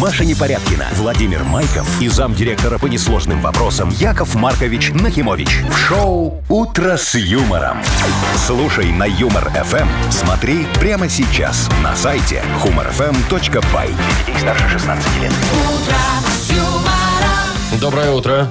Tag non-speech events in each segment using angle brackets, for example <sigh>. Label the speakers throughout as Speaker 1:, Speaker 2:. Speaker 1: Маша Непорядкина, Владимир Майков и замдиректора по несложным вопросам Яков Маркович Нахимович. В шоу «Утро с юмором». Слушай на «Юмор-ФМ». Смотри прямо сейчас на сайте humorfm.by. Для детей старше 16 лет.
Speaker 2: Доброе утро.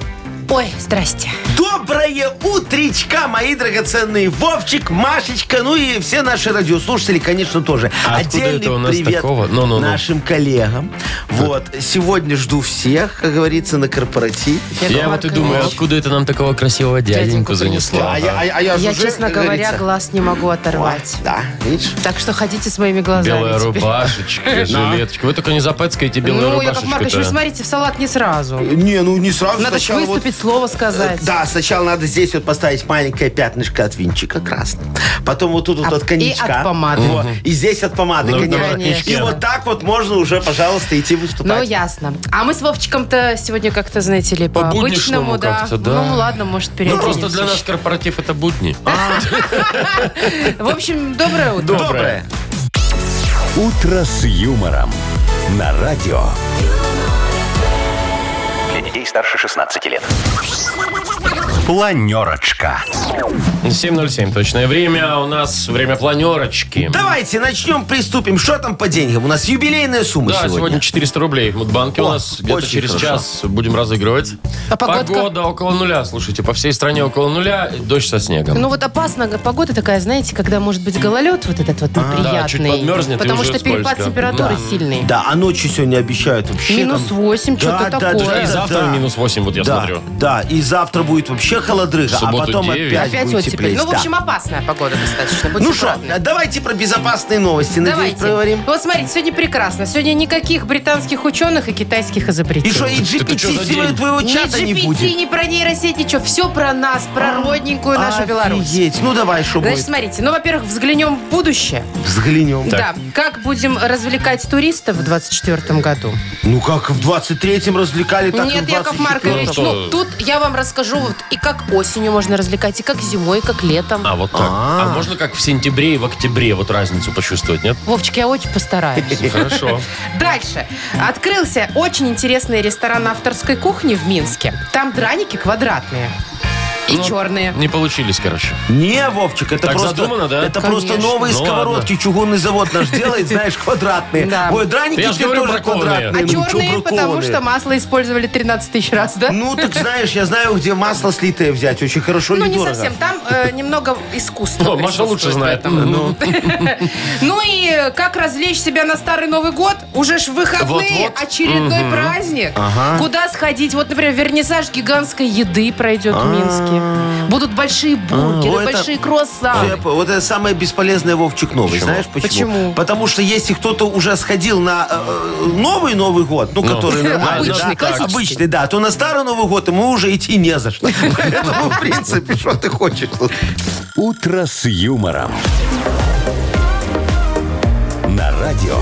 Speaker 3: Ой, здрасте.
Speaker 4: Доброе утречка, мои драгоценные Вовчик, Машечка, ну и все наши радиослушатели, конечно, тоже.
Speaker 2: А откуда это у нас
Speaker 4: привет
Speaker 2: такого? Ну-ну-ну.
Speaker 4: нашим коллегам. Вот, сегодня жду всех, как говорится, на корпоратив.
Speaker 2: Я вот и думаю, откуда это нам такого красивого дяденьку
Speaker 3: Дяденьку
Speaker 2: занесло.
Speaker 3: принесло.
Speaker 2: А,
Speaker 4: я,
Speaker 3: Я, честно говоря, глаз не могу оторвать.
Speaker 4: Да, видишь?
Speaker 3: Так что ходите с моими глазами
Speaker 2: Белая
Speaker 3: теперь.
Speaker 2: рубашечка, жилеточка. Вы только не запацкаете белую
Speaker 3: Ну, Яков Маркович, вы
Speaker 2: рубашечку-то.
Speaker 3: смотрите, в салат не сразу.
Speaker 4: Не, ну не сразу.
Speaker 3: Надо ж
Speaker 4: сначала вот- э,
Speaker 3: выступить, слово сказать.
Speaker 4: Да, сначала надо здесь вот поставить маленькое пятнышко от винчика красным. Потом вот тут вот
Speaker 3: А,
Speaker 4: от
Speaker 3: и
Speaker 4: коньячка.
Speaker 3: от помады.
Speaker 4: Во, И здесь от помады,
Speaker 2: Ну,
Speaker 4: конечно.
Speaker 2: конечно.
Speaker 4: И вот так вот можно уже, пожалуйста, идти выступать.
Speaker 3: Ну, ясно. А мы с Вовчиком-то сегодня как-то, знаете ли,
Speaker 2: По-будничному
Speaker 3: по-обычному, да.
Speaker 2: как-то, да.
Speaker 3: Ну, ладно, может,
Speaker 2: Ну,
Speaker 3: переоденемся.
Speaker 2: просто для нас корпоратив это будни. А?
Speaker 3: В общем, доброе утро.
Speaker 4: Доброе.
Speaker 1: «Утро с юмором» на радио.
Speaker 5: Для детей старше 16 лет.
Speaker 1: Планерочка.
Speaker 2: 7.07 точное время. А У нас время планерочки.
Speaker 4: Давайте начнем, приступим. Что там по деньгам? У нас юбилейная сумма
Speaker 2: Да, сегодня 400 рублей в Мудбанке у
Speaker 4: О,
Speaker 2: нас. Где-то
Speaker 4: очень
Speaker 2: через
Speaker 4: хорошо.
Speaker 2: час будем разыгрывать.
Speaker 3: А погодка?
Speaker 2: Погода около нуля, слушайте. По всей стране около нуля, дождь со снегом.
Speaker 3: Ну вот опасно, погода такая, знаете, когда может быть гололед вот этот вот неприятный.
Speaker 2: А, Да, чуть подмерзнет и
Speaker 3: потому
Speaker 2: уже
Speaker 3: что перепад
Speaker 2: скользко.
Speaker 3: температуры
Speaker 2: Да.
Speaker 3: сильный.
Speaker 4: Да, а ночью сегодня обещают вообще.
Speaker 3: Минус
Speaker 4: там-
Speaker 3: восемь, что-то такое.
Speaker 2: И завтра минус восемь, вот я
Speaker 4: да,
Speaker 2: смотрю.
Speaker 4: Да, и завтра будет вообще холодрыга,
Speaker 2: В
Speaker 4: а
Speaker 2: субботу
Speaker 4: потом
Speaker 2: девять.
Speaker 4: опять,
Speaker 3: Опять
Speaker 4: будет
Speaker 3: оттепель.
Speaker 4: теплеть,
Speaker 3: Ну, в
Speaker 4: да.
Speaker 3: общем, опасная погода достаточно. Будьте
Speaker 4: Ну что,
Speaker 3: аккуратны.
Speaker 4: давайте про безопасные новости, надеюсь,
Speaker 3: Давайте. Ну,
Speaker 4: поговорим.
Speaker 3: Вот смотрите, сегодня прекрасно. Сегодня никаких британских ученых и китайских изобретений.
Speaker 4: И что, и
Speaker 2: Ты- ты чё за
Speaker 4: GPT сегодня
Speaker 2: день?
Speaker 4: твоего
Speaker 3: Ни
Speaker 4: чата не
Speaker 3: GPT,
Speaker 4: будет? А,
Speaker 3: ни про нейросеть, ничего. Все про нас, про родненькую нашу Беларусь.
Speaker 4: Офигеть. Ну давай, что
Speaker 3: Значит,
Speaker 4: будет?
Speaker 3: смотрите, ну, во-первых, взглянем в будущее.
Speaker 4: Взглянем.
Speaker 3: Да, как будем развлекать туристов в 24 году?
Speaker 4: Ну как в 23-м развлекали, так и
Speaker 3: Нет,
Speaker 4: в
Speaker 3: Яков
Speaker 4: 24-м.
Speaker 3: Маркович,
Speaker 2: Ну,
Speaker 3: ну,
Speaker 2: что?
Speaker 3: тут я вам расскажу, вот и как осенью можно развлекать, и как зимой, и как летом.
Speaker 2: А, вот так. А можно как в сентябре и в октябре вот разницу почувствовать, нет?
Speaker 3: Вовчик, я очень постараюсь.
Speaker 2: Хорошо.
Speaker 3: Дальше. Открылся очень интересный ресторан авторской кухни в Минске. Там драники квадратные и
Speaker 2: Ну,
Speaker 3: черные.
Speaker 2: Не получились, короче.
Speaker 4: Не, Вовчик, это
Speaker 2: Так
Speaker 4: просто...
Speaker 2: задумано, да?
Speaker 4: Это
Speaker 3: Конечно.
Speaker 4: просто новые
Speaker 2: Ну,
Speaker 4: сковородки. Чугунный завод наш делает, знаешь, квадратные.
Speaker 3: Да.
Speaker 4: Ой, драники
Speaker 2: Я ж
Speaker 4: тебе
Speaker 2: говорю,
Speaker 4: тоже
Speaker 2: бракованные.
Speaker 4: квадратные.
Speaker 3: А
Speaker 4: Ну, чё
Speaker 3: черные, потому
Speaker 4: бракованные?
Speaker 3: что масло использовали 13 тысяч раз, да?
Speaker 4: Ну, так знаешь, я знаю, где масло слитое взять. Очень хорошо,
Speaker 3: Ну, не
Speaker 4: недорого.
Speaker 3: совсем. Там э, немного искусства.
Speaker 2: О, Ну, Маша лучше знает.
Speaker 3: присутствует в этом. Ну и э, как развлечь себя на Старый Новый год? Уже ж выходные,
Speaker 2: Вот-вот.
Speaker 3: очередной праздник. Куда сходить? Вот, например, вернисаж гигантской еды пройдет в Минске. Будут большие
Speaker 4: А. О,
Speaker 3: бургеры,
Speaker 4: это-
Speaker 3: большие
Speaker 4: Всё, я
Speaker 3: круассаны.
Speaker 4: по- Вот это самое бесполезное Вовчик новый. Знаешь почему?
Speaker 3: Почему?
Speaker 4: Потому что если кто-то уже сходил на э, новый Новый год, ну, который нормальный,
Speaker 3: Обычный,
Speaker 4: да,
Speaker 3: классический.
Speaker 4: обычный, да, то на старый Новый год ему уже идти не
Speaker 3: <laughs>
Speaker 4: за что. Поэтому, в принципе, <laughs> что ты хочешь? тут?
Speaker 1: «Утро с юмором». На радио.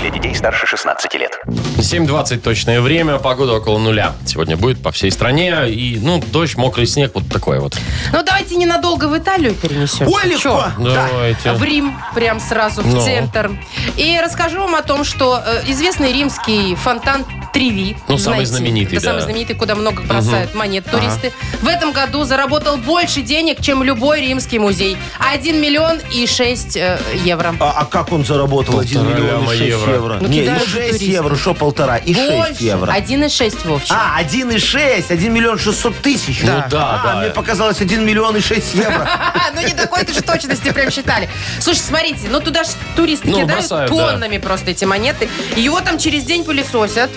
Speaker 5: Для детей старше 16 лет.
Speaker 2: 7.20 точное время, погода около нуля. Сегодня будет по всей стране. И, ну, дождь, мокрый снег, вот такое вот.
Speaker 3: Ну, давайте ненадолго в Италию перенесем.
Speaker 4: Ой, легко.
Speaker 2: Ну,
Speaker 4: Да.
Speaker 2: Давайте.
Speaker 3: А В Рим, прям сразу в
Speaker 2: Ну.
Speaker 3: центр. И расскажу вам о том, что э, известный римский фонтан Триви.
Speaker 2: Ну, самый знаменитый,
Speaker 3: это
Speaker 2: да.
Speaker 3: самый знаменитый, куда много бросают монет туристы. В этом году заработал больше денег, чем любой римский музей. 1 миллион и 6 э, евро.
Speaker 4: А, а как он заработал 1
Speaker 2: Полтора
Speaker 4: миллион и
Speaker 2: ляма
Speaker 4: 6
Speaker 2: евро.
Speaker 4: евро?
Speaker 3: Ну,
Speaker 4: Не,
Speaker 3: кидают
Speaker 4: и
Speaker 3: же
Speaker 4: 6
Speaker 3: туристы.
Speaker 4: евро, что полтора? И 6
Speaker 3: Больше. А
Speaker 4: евро.
Speaker 3: 1,6, Вовчик.
Speaker 4: А, 1,6, 1 миллион 600 тысяч.
Speaker 2: Ну Да. да,
Speaker 4: а,
Speaker 2: да.
Speaker 4: мне показалось 1 миллион и 6 евро.
Speaker 2: <laughs>
Speaker 3: <laughs> Ну, не такой ты же точности прям считали. Слушай, смотрите, ну туда же туристы
Speaker 2: Ну,
Speaker 3: кидают
Speaker 2: бросают, да.
Speaker 3: тоннами просто эти монеты. Его там через день пылесосят.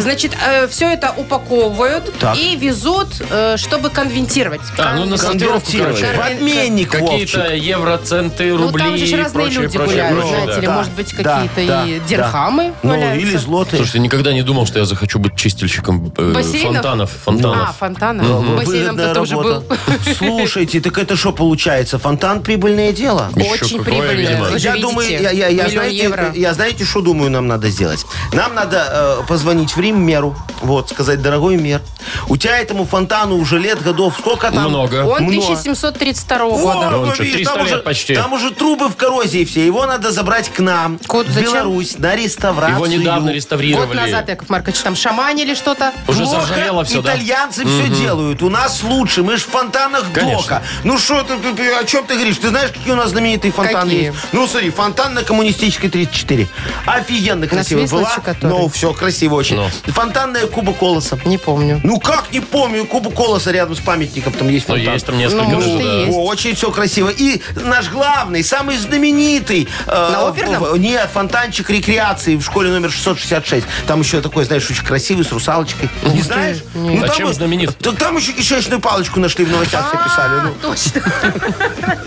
Speaker 3: Значит, все это упаковывают
Speaker 4: Так.
Speaker 3: и везут, э, чтобы конвентировать.
Speaker 2: А, ну, на сортировку, короче.
Speaker 4: Конвертировать. В обменник, Вовчик.
Speaker 2: Какие-то евроценты,
Speaker 3: Ну,
Speaker 2: рубли
Speaker 3: там же ж
Speaker 2: и
Speaker 3: разные
Speaker 2: прочее,
Speaker 3: люди
Speaker 2: прочее,
Speaker 3: гуляют,
Speaker 2: прочее,
Speaker 3: знаете
Speaker 2: да.
Speaker 3: ли, может быть, какие-то и дирхамы
Speaker 4: Ну,
Speaker 3: валяются.
Speaker 4: или злотые.
Speaker 2: Слушайте, никогда не думал, что я захочу быть чистильщиком э,
Speaker 3: Бассейнов?
Speaker 2: фонтанов.
Speaker 3: А,
Speaker 2: фонтанов.
Speaker 3: фонтаны.
Speaker 2: ну,
Speaker 4: Во-
Speaker 3: Бассейном
Speaker 4: выгодная
Speaker 3: ты тоже был.
Speaker 2: <laughs>
Speaker 4: работа. Слушайте, так это что получается? Фонтан прибыльное дело?
Speaker 2: Еще
Speaker 3: Очень
Speaker 2: какое,
Speaker 3: прибыльно.
Speaker 2: видимо.
Speaker 3: Вы же
Speaker 4: Я
Speaker 3: видите,
Speaker 4: думаю, я, я- я
Speaker 3: миллион
Speaker 4: знаете,
Speaker 3: евро.
Speaker 4: я знаете, что думаю, нам надо сделать? Нам надо э, позвонить позвонить в Рим меру. Вот, сказать, дорогой мер, у тебя этому фонтану уже лет, годов сколько там?
Speaker 2: Много.
Speaker 3: Он
Speaker 4: Много.
Speaker 3: 1732
Speaker 4: Вот,
Speaker 3: года.
Speaker 2: он
Speaker 4: ну,
Speaker 2: что,
Speaker 4: видишь,
Speaker 2: 300
Speaker 4: там,
Speaker 2: лет
Speaker 4: уже,
Speaker 2: почти.
Speaker 4: там уже трубы в коррозии все. Его надо забрать к нам,
Speaker 3: Кот,
Speaker 4: в
Speaker 3: зачем?
Speaker 4: Беларусь, на реставрацию.
Speaker 2: Его недавно
Speaker 3: Год
Speaker 2: реставрировали.
Speaker 3: назад, Яков Маркович, там шаманили что-то.
Speaker 2: Уже
Speaker 4: Плохо
Speaker 2: заржавело все, да?
Speaker 4: итальянцы все делают. У нас лучше. Мы же в фонтанах
Speaker 2: Конечно.
Speaker 4: Дока. Ну что ты, ты- ты- о чем ты говоришь? Ты знаешь, какие у нас знаменитые фонтаны
Speaker 3: Какие?
Speaker 4: есть? Ну смотри, фонтан на коммунистической 34. Офигенно красиво была.
Speaker 3: Свислочи, который?
Speaker 4: Ну все, красиво очень.
Speaker 2: Ну.
Speaker 4: Фонтанная Куба Колоса.
Speaker 3: Не помню.
Speaker 4: Ну как не помню, Куба Колоса рядом с памятником там есть
Speaker 2: Ну,
Speaker 4: фонтан.
Speaker 2: есть там несколько
Speaker 3: Ну,
Speaker 2: же,
Speaker 3: может, и
Speaker 2: да.
Speaker 3: есть.
Speaker 4: О, очень все красиво. И наш главный, самый знаменитый... э,
Speaker 3: На оперном?
Speaker 4: в- Нет, фонтанчик рекреации в школе номер 666. Там еще такой, знаешь, очень красивый, с русалочкой. Не знаешь? Ну,
Speaker 2: А
Speaker 4: там
Speaker 2: чем
Speaker 4: вот-
Speaker 2: знаменит?
Speaker 4: Так там еще кишечную палочку нашли, в новостях все писали. ну.
Speaker 3: Точно.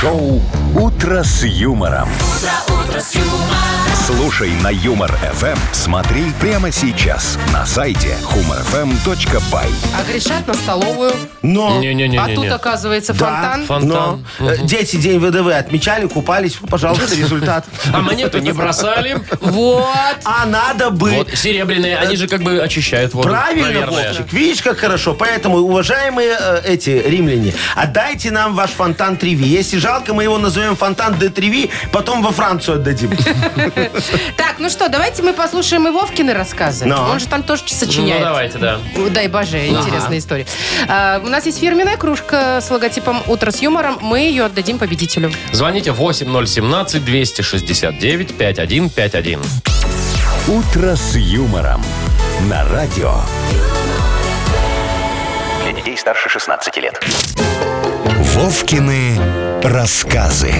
Speaker 1: Шоу «Утро с юмором». Слушай на Юмор ФМ, смотри прямо сейчас на сайте humorfm.by.
Speaker 3: А грешат на столовую.
Speaker 4: Но...
Speaker 3: а тут,
Speaker 2: Не-не-не-не-не.
Speaker 3: оказывается,
Speaker 4: Да,
Speaker 3: фонтан.
Speaker 2: Фонтан.
Speaker 4: но, э, Дети день ВДВ отмечали, купались,
Speaker 2: <laughs>
Speaker 4: ну, пожалуйста, результат.
Speaker 2: А монету не бросали.
Speaker 3: Вот.
Speaker 4: А надо бы...
Speaker 2: Вот, серебряные, они же как бы очищают воду.
Speaker 4: Правильно,
Speaker 2: наверное.
Speaker 4: Вовчик. Видишь, как хорошо. Поэтому, уважаемые э, эти римляне, отдайте нам ваш фонтан Триви. Если жалко, мы его назовем фонтан де Триви, потом во Францию
Speaker 3: <laughs>
Speaker 4: отдадим.
Speaker 3: Так, ну что, давайте мы послушаем и Вовкины рассказы.
Speaker 4: Ну.
Speaker 3: Он же там тоже
Speaker 2: Ну,
Speaker 3: сочиняет.
Speaker 2: давайте, да.
Speaker 3: Дай боже, интересная история. А, у нас есть фирменная кружка с логотипом «Утро с юмором». Мы ее отдадим победителю.
Speaker 2: Звоните 8017-269-5151.
Speaker 1: «Утро с юмором» на радио.
Speaker 5: Для детей старше 16 лет.
Speaker 1: Вовкины рассказы.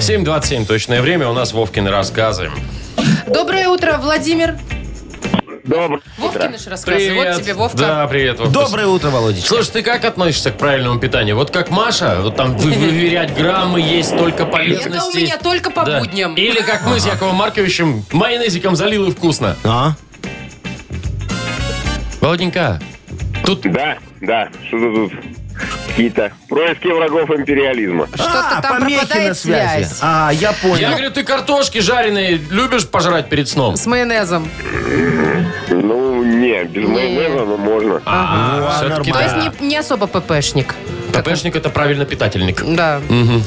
Speaker 2: 7.27 точное время, у нас Вовкины рассказы.
Speaker 3: Доброе утро, Владимир.
Speaker 6: Добрый.
Speaker 3: Вовкины же рассказы. Вот тебе, Вовка.
Speaker 2: Да, привет, Вовка.
Speaker 4: Доброе утро, Володечка.
Speaker 2: Слушай, ты как относишься к правильному питанию? Вот как Маша, вот там вы-
Speaker 3: <laughs>
Speaker 2: выверять граммы, есть только полезности.
Speaker 3: Это у меня только по
Speaker 2: Да.
Speaker 3: будням.
Speaker 2: Или как мы с Яковом Марковичем майонезиком залил и вкусно.
Speaker 4: А?
Speaker 2: Володенька, тут
Speaker 6: Да, да, что-то тут какие-то происки врагов империализма.
Speaker 3: Что-то
Speaker 4: А,
Speaker 3: там пропадает связь.
Speaker 4: А, я
Speaker 2: я
Speaker 4: понял.
Speaker 2: говорю, ты картошки жареные любишь пожрать перед сном?
Speaker 3: Ну, С майонезом.
Speaker 6: Ну, не, без майонеза, но можно.
Speaker 2: А,
Speaker 4: Ну,
Speaker 2: всё-таки
Speaker 3: То
Speaker 4: нормально.
Speaker 2: да.
Speaker 3: есть не, не особо ППшник.
Speaker 2: ППшник это правильно питательник.
Speaker 3: Да. Ну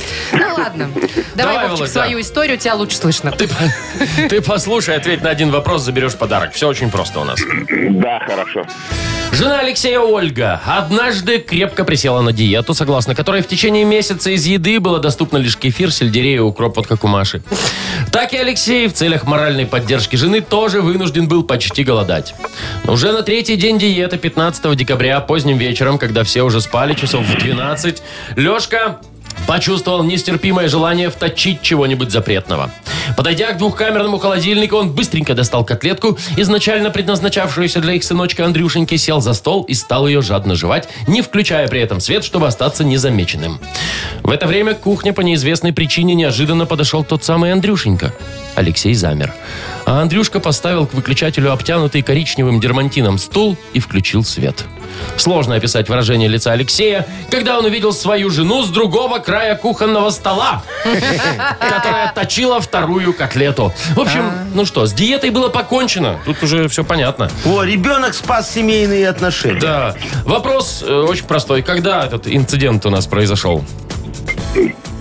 Speaker 3: ладно.
Speaker 2: Давай,
Speaker 3: Давай, Вовчик,
Speaker 2: Володь,
Speaker 3: свою историю, тебя лучше слышно.
Speaker 2: Ты, по- ты послушай, ответь на один вопрос, заберешь подарок. Все очень просто у нас.
Speaker 6: Да, хорошо.
Speaker 2: Жена Алексея Ольга однажды крепко присела на диету, согласно которой в течение месяца из еды было доступно лишь кефир, сельдерей и укроп, вот как у Маши. Так и Алексей в целях моральной поддержки жены тоже вынужден был почти голодать. Но уже на третий день диеты 15 декабря поздним вечером, когда все уже спали, часов в 12, Лешка Почувствовал нестерпимое желание вточить чего-нибудь запретного. Подойдя к двухкамерному холодильнику, он быстренько достал котлетку, изначально предназначавшуюся для их сыночка Андрюшеньки, сел за стол и стал ее жадно жевать, не включая при этом свет, чтобы остаться незамеченным. В это время к кухне по неизвестной причине неожиданно подошел тот самый Андрюшенька. Алексей замер. А Андрюшка поставил к выключателю обтянутый коричневым дермантином стул и включил свет. Сложно описать выражение лица Алексея, когда он увидел свою жену с другого края кухонного стола, которая точила вторую котлету. В общем, ну что, с диетой было покончено. Тут уже все понятно.
Speaker 4: О, ребенок спас семейные отношения.
Speaker 2: Да. Вопрос э, очень простой. Когда этот инцидент у нас произошел?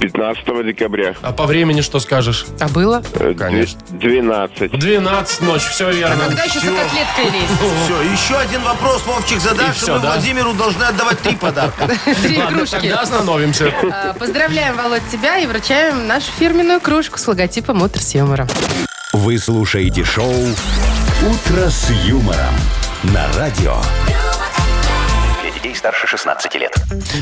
Speaker 6: 15 декабря.
Speaker 2: А по времени что скажешь?
Speaker 3: А было?
Speaker 6: э,
Speaker 2: Конечно.
Speaker 6: 12.
Speaker 2: В 12 ночи. Все верно.
Speaker 3: А Когда еще за
Speaker 2: Ну,
Speaker 3: котлеткой лезть?
Speaker 4: Все, еще один вопрос, Вовчик, задашь,
Speaker 2: И всё,
Speaker 4: и мы
Speaker 2: да?
Speaker 4: Владимиру должны отдавать
Speaker 3: <laughs>
Speaker 4: три подарка.
Speaker 3: Три
Speaker 2: Ладно,
Speaker 3: кружки.
Speaker 2: тогда остановимся.
Speaker 3: А, Поздравляем, Володь, тебя и вручаем нашу фирменную кружку с логотипом «Утро с юмором».
Speaker 1: Вы слушаете шоу «Утро с юмором» на радио.
Speaker 5: Для детей старше 16 лет.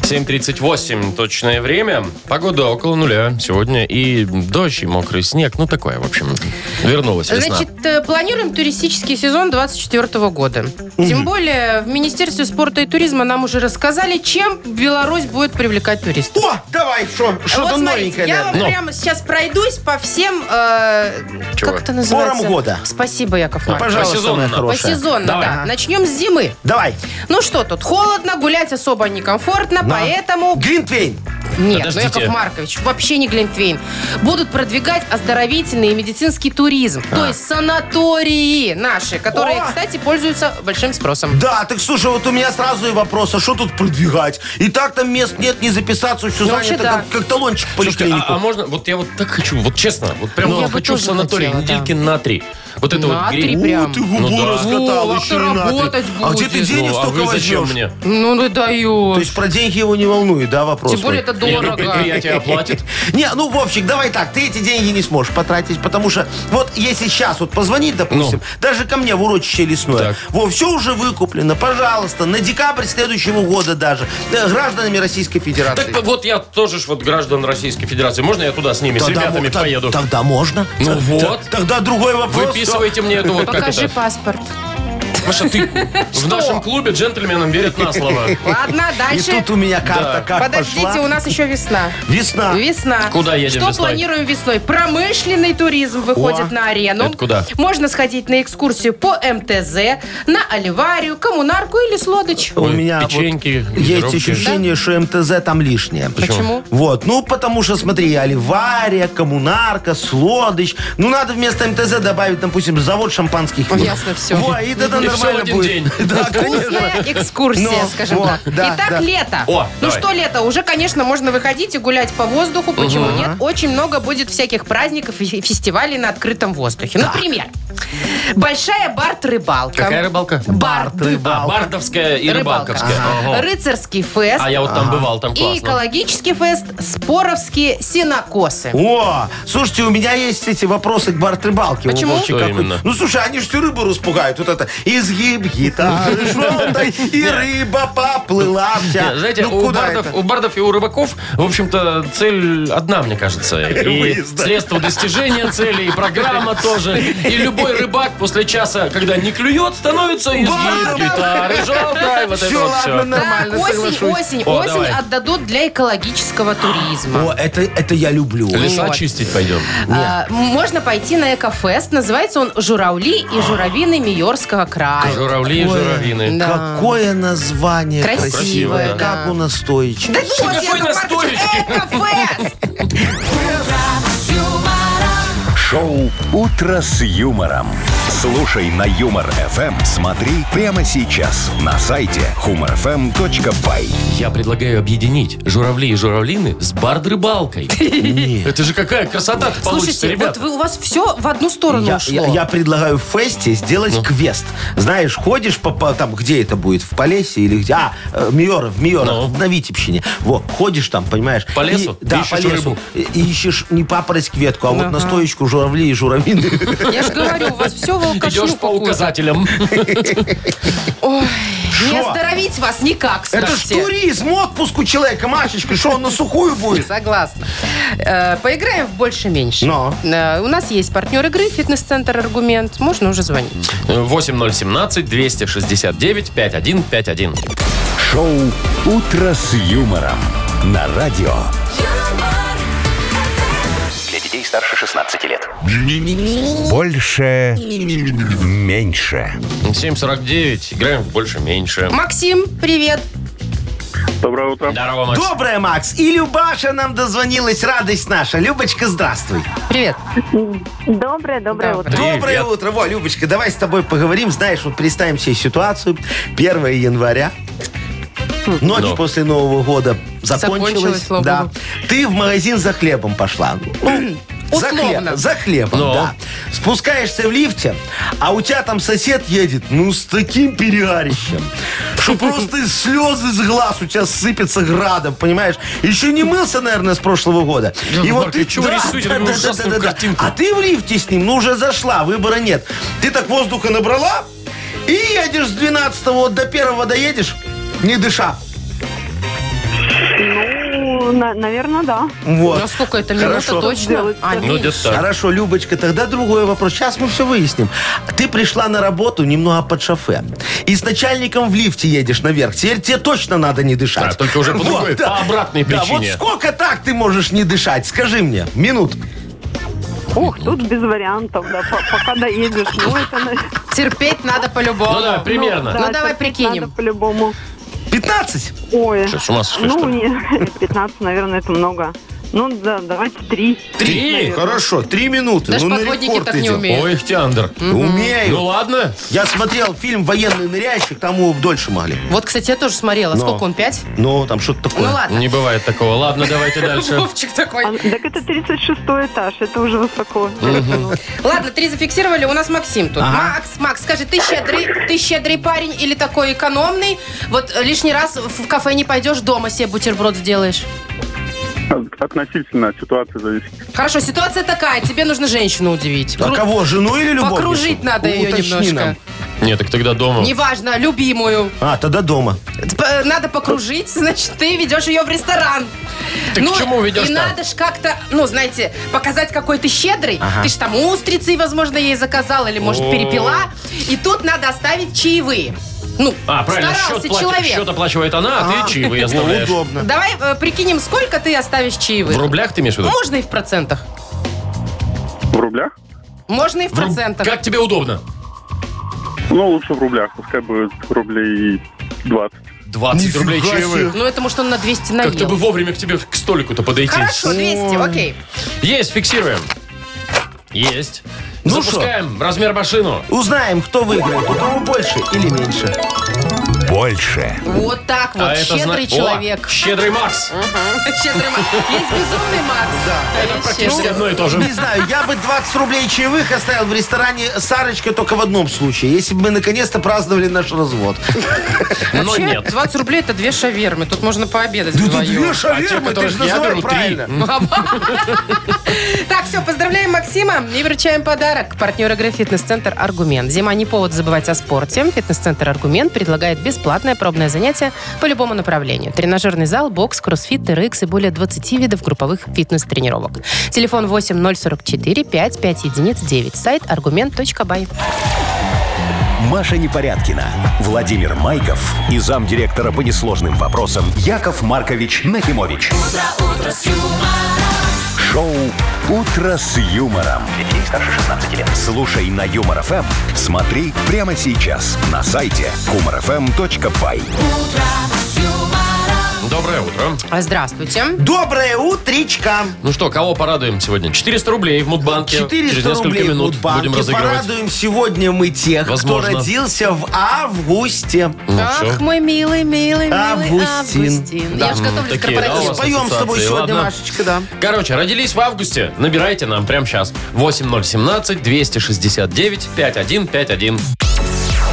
Speaker 2: 7.38 точное время. Погода около нуля сегодня. И дождь, и мокрый снег. Ну, такое, в общем. Вернулась весна.
Speaker 3: Значит, э, планируем туристический сезон 24 года. Тем более, в Министерстве спорта и туризма нам уже рассказали, чем Беларусь будет привлекать туристов.
Speaker 4: О, давай, что,
Speaker 3: Вот
Speaker 4: что-то
Speaker 3: смотрите,
Speaker 4: новенькое.
Speaker 3: я вам
Speaker 4: наверное.
Speaker 2: Ну.
Speaker 3: прямо сейчас пройдусь по всем... э,
Speaker 2: Чего?
Speaker 3: как это называется?
Speaker 4: Порам года.
Speaker 3: Спасибо, Яков
Speaker 2: Ну,
Speaker 3: Маркович.
Speaker 4: Пожалуйста,
Speaker 2: Посезонно.
Speaker 4: моя хорошая.
Speaker 3: Посезонно,
Speaker 2: Давай.
Speaker 3: да. Начнем с зимы.
Speaker 4: Давай.
Speaker 3: Ну что тут, холодно, гулять особо некомфортно,
Speaker 4: На.
Speaker 3: поэтому...
Speaker 4: Глинтвейн.
Speaker 3: Нет, ну,
Speaker 2: Подождите.
Speaker 3: Яков Маркович, вообще не Глинтвейн. Будут продвигать оздоровительный и медицинский туризм. То есть санатории наши, которые,
Speaker 4: А. О!
Speaker 3: кстати, пользуются большим спросом.
Speaker 4: Да, так слушай, вот у меня сразу и вопрос, а что тут продвигать? И так там мест нет, не записаться, все
Speaker 3: Ну, вообще
Speaker 4: занято,
Speaker 3: да.
Speaker 4: как, как талончик в
Speaker 2: Слушайте,
Speaker 4: поликлинику.
Speaker 2: а, а можно, вот я вот так хочу, вот честно, вот прям
Speaker 3: Ну,
Speaker 2: вот
Speaker 3: я бы
Speaker 2: хочу в
Speaker 3: тоже
Speaker 2: санаторий
Speaker 3: хотела, да.
Speaker 2: недельки на три. Вот это
Speaker 3: На
Speaker 2: вот гри-
Speaker 3: три
Speaker 4: О,
Speaker 3: прям.
Speaker 4: ты губу
Speaker 2: Ну да.
Speaker 4: раскатал,
Speaker 3: О, а
Speaker 4: еще
Speaker 3: кто
Speaker 4: и на ты.
Speaker 3: работать
Speaker 4: А где ты
Speaker 3: будет?
Speaker 4: денег
Speaker 2: Ну, а
Speaker 4: столько
Speaker 2: вы зачем
Speaker 4: возьмешь?
Speaker 2: мне?
Speaker 3: Ну, ну даю.
Speaker 4: То есть про деньги его не волнует, да, вопрос?
Speaker 3: Тем более
Speaker 4: мой?
Speaker 3: это дорого.
Speaker 2: Предприятие оплатит.
Speaker 4: <laughs> Не, ну, Вовчик, давай так, ты эти деньги не сможешь потратить, потому что вот если сейчас вот позвонить, допустим, даже ко мне в урочище лесное,
Speaker 2: Ну. Так.
Speaker 4: во, все уже выкуплено, пожалуйста, на декабрь следующего года даже, э, гражданами Российской Федерации.
Speaker 2: Так вот я тоже ж вот граждан Российской Федерации. Можно я туда с ними, с
Speaker 4: Тогда
Speaker 2: ребятами
Speaker 4: мо- та-
Speaker 2: поеду?
Speaker 4: Тогда можно.
Speaker 2: Ну
Speaker 4: Т-
Speaker 2: вот.
Speaker 4: т- Тогда другой вопрос.
Speaker 2: Выписывайте мне эту вот как
Speaker 3: Покажи
Speaker 2: это.
Speaker 3: паспорт.
Speaker 2: Маша, ты в нашем клубе джентльменам верят на слово.
Speaker 3: Ладно,
Speaker 4: И
Speaker 3: дальше.
Speaker 4: тут у меня карта как
Speaker 3: Подождите,
Speaker 4: пошла. А.
Speaker 3: у нас еще весна.
Speaker 4: Весна.
Speaker 3: Весна.
Speaker 2: Куда едем
Speaker 3: Что
Speaker 2: весной?
Speaker 3: планируем весной? Промышленный туризм выходит
Speaker 4: О.
Speaker 3: на арену.
Speaker 2: Это куда?
Speaker 3: Можно сходить на экскурсию по МТЗ, на Оливарию, коммунарку или Слодыч.
Speaker 4: У
Speaker 2: Ой,
Speaker 4: меня вот
Speaker 2: печеньки,
Speaker 4: есть
Speaker 2: газировки.
Speaker 4: ощущение, что МТЗ там лишнее.
Speaker 3: Почему?
Speaker 4: Вот, ну потому что, смотри, Оливария, Коммунарка, Слодыч. Ну надо вместо МТЗ добавить, допустим, завод шампанских. вин.
Speaker 3: Ну, Ясно всё.
Speaker 4: Во, и тогда
Speaker 2: И всё
Speaker 4: нормально
Speaker 2: один
Speaker 4: будет.
Speaker 2: день.
Speaker 4: <laughs> Да, конечно.
Speaker 3: Вкусная экскурсия,
Speaker 4: Ну,
Speaker 3: скажем
Speaker 4: вот,
Speaker 3: так.
Speaker 4: да,
Speaker 3: Итак,
Speaker 4: да.
Speaker 3: лето.
Speaker 2: О,
Speaker 3: ну
Speaker 2: давай.
Speaker 3: что лето? Уже, конечно, можно выходить и гулять по воздуху. Почему нет? Очень много будет всяких праздников и фестивалей на открытом воздухе. Например, большая бард-рыбалка.
Speaker 2: Какая рыбалка?
Speaker 3: Бард.
Speaker 2: А, бардовская и
Speaker 3: Рыбалка.
Speaker 2: рыбалковская. Ага.
Speaker 3: Рыцарский фест.
Speaker 2: А я вот там бывал, там
Speaker 3: И
Speaker 2: классно.
Speaker 3: экологический фест «Споровские сенокосы».
Speaker 4: О, слушайте, у меня есть эти вопросы к барт-рыбалке.
Speaker 3: Почему?
Speaker 4: Вовчик,
Speaker 2: Что
Speaker 4: как вы-
Speaker 2: именно?
Speaker 4: Ну, слушай, они же всю рыбу распугают. Вот это изгиб
Speaker 2: <laughs>
Speaker 4: гитары желтой, и рыба поплыла вся.
Speaker 2: Не, Знаете,
Speaker 4: Ну,
Speaker 2: у,
Speaker 4: куда
Speaker 2: бардов,
Speaker 4: это?
Speaker 2: у бардов и у рыбаков, в общем-то, цель одна, мне
Speaker 4: <laughs>
Speaker 2: кажется. И
Speaker 4: Выезд, да.
Speaker 2: средства достижения цели, и программа тоже. И любой рыбак после часа, когда не клюет, становится из
Speaker 4: Бардом!
Speaker 2: гитары, желтой, вот
Speaker 4: Всё,
Speaker 2: это вот
Speaker 4: ладно,
Speaker 2: все.
Speaker 4: нормально,
Speaker 3: Так, осень,
Speaker 4: соглашусь.
Speaker 3: осень,
Speaker 2: О,
Speaker 3: осень
Speaker 2: давай.
Speaker 3: отдадут для экологического туризма.
Speaker 4: О, это, это я люблю.
Speaker 2: Леса
Speaker 3: Вот.
Speaker 2: чистить пойдем.
Speaker 3: А, можно пойти на экофест. Называется он «Журавли и журавины Майорского края».
Speaker 2: Журавли и журавины.
Speaker 3: Да.
Speaker 4: Какое название
Speaker 3: Красивое,
Speaker 4: красивое,
Speaker 3: да.
Speaker 4: как у настоечки.
Speaker 3: Да ну вас,
Speaker 2: какой
Speaker 3: Яков Маркович, экофест!
Speaker 1: Шоу «Утро с юмором». Слушай на Юмор ФМ. Смотри прямо сейчас на сайте humorfm.by.
Speaker 2: Я предлагаю объединить журавли и журавлины с
Speaker 3: <laughs>
Speaker 2: бард-рыбалкой. Это же какая красота получится,
Speaker 3: Слушайте,
Speaker 2: ребят.
Speaker 3: вот вы, у вас все в одну сторону
Speaker 4: Я,
Speaker 3: ушло.
Speaker 4: я- я предлагаю в фесте сделать
Speaker 2: Ну.
Speaker 4: квест. Знаешь, ходишь по, по- там, где это будет, в Полесе или где? А, э, Миоров, Миоров,
Speaker 2: Ну.
Speaker 4: на Витебщине. Во, ходишь там, понимаешь?
Speaker 2: По лесу?
Speaker 4: И-
Speaker 2: Ты
Speaker 4: да,
Speaker 2: ищешь
Speaker 4: по лесу.
Speaker 2: рыбу?
Speaker 4: И- и ищешь не папороть ветку, а вот настоечку журавли и журавины.
Speaker 3: Я же говорю, у вас все в алкашню
Speaker 2: Идешь по
Speaker 3: похоже.
Speaker 2: указателям.
Speaker 3: Не
Speaker 4: Шо?
Speaker 3: оздоровить вас никак,
Speaker 4: Это ж
Speaker 3: скажете.
Speaker 4: туризм, отпуск у человека, Машечка, что он на сухую будет?
Speaker 3: Согласна. Э, Поиграем в больше-меньше.
Speaker 4: Но.
Speaker 3: Э, У нас есть партнер игры, фитнес-центр «Аргумент». Можно уже звонить.
Speaker 2: 8017-269-5151.
Speaker 1: Шоу «Утро с юмором» на радио.
Speaker 5: Для детей старше 16 лет.
Speaker 1: Больше. Меньше.
Speaker 2: 749. Играем в больше-меньше.
Speaker 3: Максим, привет.
Speaker 6: Доброе утро.
Speaker 2: Здорово, Макс.
Speaker 4: Доброе, Макс. И Любаша нам дозвонилась, радость наша. Любочка, здравствуй.
Speaker 3: Привет.
Speaker 7: Доброе, доброе утро.
Speaker 2: Привет.
Speaker 4: Доброе утро. Во, Любочка, давай с тобой поговорим. Знаешь, вот представим себе ситуацию. 1 января. Ночь
Speaker 2: Ну.
Speaker 4: после Нового года
Speaker 3: Закончилась,
Speaker 4: закончилась.
Speaker 3: слава
Speaker 4: да.
Speaker 3: богу.
Speaker 4: Ты в магазин за хлебом пошла. Ну, За,
Speaker 3: Условно.
Speaker 4: хлеб- за хлебом,
Speaker 2: Ну.
Speaker 4: да. Спускаешься в лифте, а у тебя там сосед едет, ну, с таким перегарищем,
Speaker 3: <laughs>
Speaker 4: что просто слезы с глаз у тебя сыпятся градом, понимаешь? Еще не мылся, наверное, с прошлого года.
Speaker 2: Яков Маркович, чего вы рисуете такую ужасную картинку?
Speaker 4: А ты в лифте с ним, ну уже зашла, выбора нет. Ты так воздуха набрала и едешь с 12 вот до 1 доедешь, не дыша.
Speaker 7: Ну, на- наверное, да.
Speaker 4: Вот.
Speaker 3: Насколько это минута
Speaker 4: Хорошо.
Speaker 3: точно? А,
Speaker 2: Ну,
Speaker 3: меньше.
Speaker 2: где-то так.
Speaker 4: Хорошо, Любочка, тогда другой вопрос. Сейчас мы все выясним. Ты пришла на работу немного под шофе. И с начальником в лифте едешь наверх. Теперь тебе точно надо не дышать.
Speaker 2: Да, только уже по другой, по обратной
Speaker 4: Да,
Speaker 2: причине.
Speaker 4: вот сколько так ты можешь не дышать? Скажи мне. Минут.
Speaker 7: Ух, тут без вариантов, да, по- пока доедешь. Ну, это, на-
Speaker 3: Терпеть надо по-любому.
Speaker 2: Ну да, примерно.
Speaker 7: да,
Speaker 3: Ну, давай
Speaker 7: терпеть
Speaker 3: прикинем.
Speaker 7: Надо по-любому.
Speaker 4: 15?
Speaker 7: Ой,
Speaker 2: Что, с ума сошли, что
Speaker 7: ну,
Speaker 2: ли?
Speaker 7: не, <laughs> 15, наверное, это много. Ну, да, давайте три.
Speaker 2: Три?
Speaker 4: Э, Хорошо, три минуты.
Speaker 3: Даже
Speaker 4: ну, на
Speaker 3: подводники
Speaker 4: рекорд
Speaker 3: так не
Speaker 4: идем.
Speaker 3: умеют.
Speaker 2: Ой, Ихтиандр.
Speaker 4: Умею.
Speaker 2: Ну ладно.
Speaker 4: Я смотрел фильм «Военный ныряльщик», там его дольше могли.
Speaker 3: Вот, кстати, я тоже смотрела.
Speaker 4: Но.
Speaker 3: Сколько он, пять?
Speaker 4: Ну, там что-то такое.
Speaker 3: Ну ладно.
Speaker 2: Не бывает такого. Ладно, давайте дальше.
Speaker 3: Вовчик такой.
Speaker 7: А, так это 36 этаж, это уже высоко. Ну,
Speaker 3: Ладно, три зафиксировали, у нас Максим тут.
Speaker 4: Ага.
Speaker 3: Макс, Макс, скажи, ты щедрый, ты щедрый парень или такой экономный? Вот э, лишний раз в кафе не пойдешь, дома себе бутерброд сделаешь.
Speaker 8: Относительно от ситуации зависит.
Speaker 3: Хорошо, ситуация такая, тебе нужно женщину удивить. Ну,
Speaker 4: А
Speaker 3: Кру-
Speaker 4: кого, жену или любовницу?
Speaker 3: Покружить надо ее
Speaker 4: Уточни
Speaker 3: немножко.
Speaker 4: нам.
Speaker 2: Нет, так тогда дома.
Speaker 3: Неважно, любимую.
Speaker 4: А, тогда дома.
Speaker 3: П- Надо покружить, <laughs> значит, ты ведешь ее в ресторан. Ну,
Speaker 2: Ты к чему ведешь-то?
Speaker 3: И надо ж как-то, ну, знаете, показать, какой ты щедрый. Ты ж там устрицы, возможно, ей заказал или, может,
Speaker 2: О.
Speaker 3: перепила. И тут надо оставить чаевые. Ну,
Speaker 2: А, правильно, счет,
Speaker 3: старался
Speaker 2: платит-
Speaker 3: человек.
Speaker 2: счет оплачивает она, а, ты
Speaker 4: <laughs>
Speaker 2: чаевые
Speaker 4: Ну,
Speaker 2: оставляешь.
Speaker 4: удобно.
Speaker 3: Давай э, прикинем, сколько ты оставишь чаевых. Ну,
Speaker 2: В рублях ты имеешь в виду?
Speaker 3: Можно и в процентах.
Speaker 8: В рублях?
Speaker 3: Можно и в
Speaker 2: В руб-
Speaker 3: процентах.
Speaker 2: Как тебе удобно?
Speaker 8: Ну, лучше в рублях, пускай будет рублей 20.
Speaker 2: 20
Speaker 4: Нифига
Speaker 2: рублей
Speaker 4: себе.
Speaker 2: чаевых.
Speaker 3: Ну, это может он на 200
Speaker 2: Как-то бы
Speaker 3: наел.
Speaker 2: вовремя к тебе к столику-то подойти.
Speaker 3: Хорошо, 200, окей.
Speaker 2: Есть, фиксируем. Есть.
Speaker 4: Ну
Speaker 2: Запускаем размер машину.
Speaker 4: Узнаем, кто выиграет, у кого больше или меньше.
Speaker 1: Больше.
Speaker 3: Вот так вот, щедрый
Speaker 2: А зна- О,
Speaker 3: человек. <laughs>
Speaker 2: щедрый Макс.
Speaker 3: Щедрый Макс. Есть безумный Макс. Да, это
Speaker 2: Практически одно Ну и то же.
Speaker 4: Не знаю, я бы 20 рублей чаевых оставил в ресторане Сарочка только в одном случае, если бы мы наконец-то праздновали наш развод.
Speaker 2: Но нет.
Speaker 3: 20 рублей это две шавермы. Тут можно пообедать вдвоем.
Speaker 2: А те, которых
Speaker 4: ж
Speaker 2: я
Speaker 4: называй
Speaker 2: беру, три.
Speaker 3: Так, все, поздравляем Максима и вручаем подарок. Партнер игры «Фитнес-центр Аргумент». Зима не повод забывать о спорте. «Фитнес-центр Аргумент» предлагает бесплатное пробное занятие по любому направлению. Тренажерный зал, бокс, кроссфит, ТРХ и более 20 видов групповых фитнес-тренировок. Телефон 8044 55 единиц 9. Сайт аргумент.бай.
Speaker 1: Маша Непорядкина, Владимир Майков и замдиректора по несложным вопросам Яков Маркович Нахимович. Шоу Утро с юмором. Детей старше 16 лет. Слушай на юмор ФМ. Смотри прямо сейчас на сайте humorfm.by.
Speaker 2: Доброе утро.
Speaker 3: Здравствуйте.
Speaker 4: Доброе утречко.
Speaker 2: Ну что, кого порадуем сегодня? 400 рублей в Мудбанке.
Speaker 4: 400
Speaker 2: Через несколько
Speaker 4: рублей
Speaker 2: минут
Speaker 4: в банке.
Speaker 2: будем разыгрывать.
Speaker 4: Порадуем сегодня мы тех,
Speaker 2: Возможно.
Speaker 4: кто родился в августе.
Speaker 2: Ну, всё.
Speaker 3: Ах, мой милый, милый, милый
Speaker 4: Августин.
Speaker 3: Августин. Я же
Speaker 2: М,
Speaker 3: готовлюсь
Speaker 2: такие, да, у
Speaker 3: к корпоративу.
Speaker 2: вас
Speaker 4: Споем с тобой
Speaker 2: ассоциации.
Speaker 4: сегодня,
Speaker 2: Ладно.
Speaker 4: Машечка, да.
Speaker 2: Короче, родились в августе. Набирайте нам прямо сейчас. 8017 269 5151.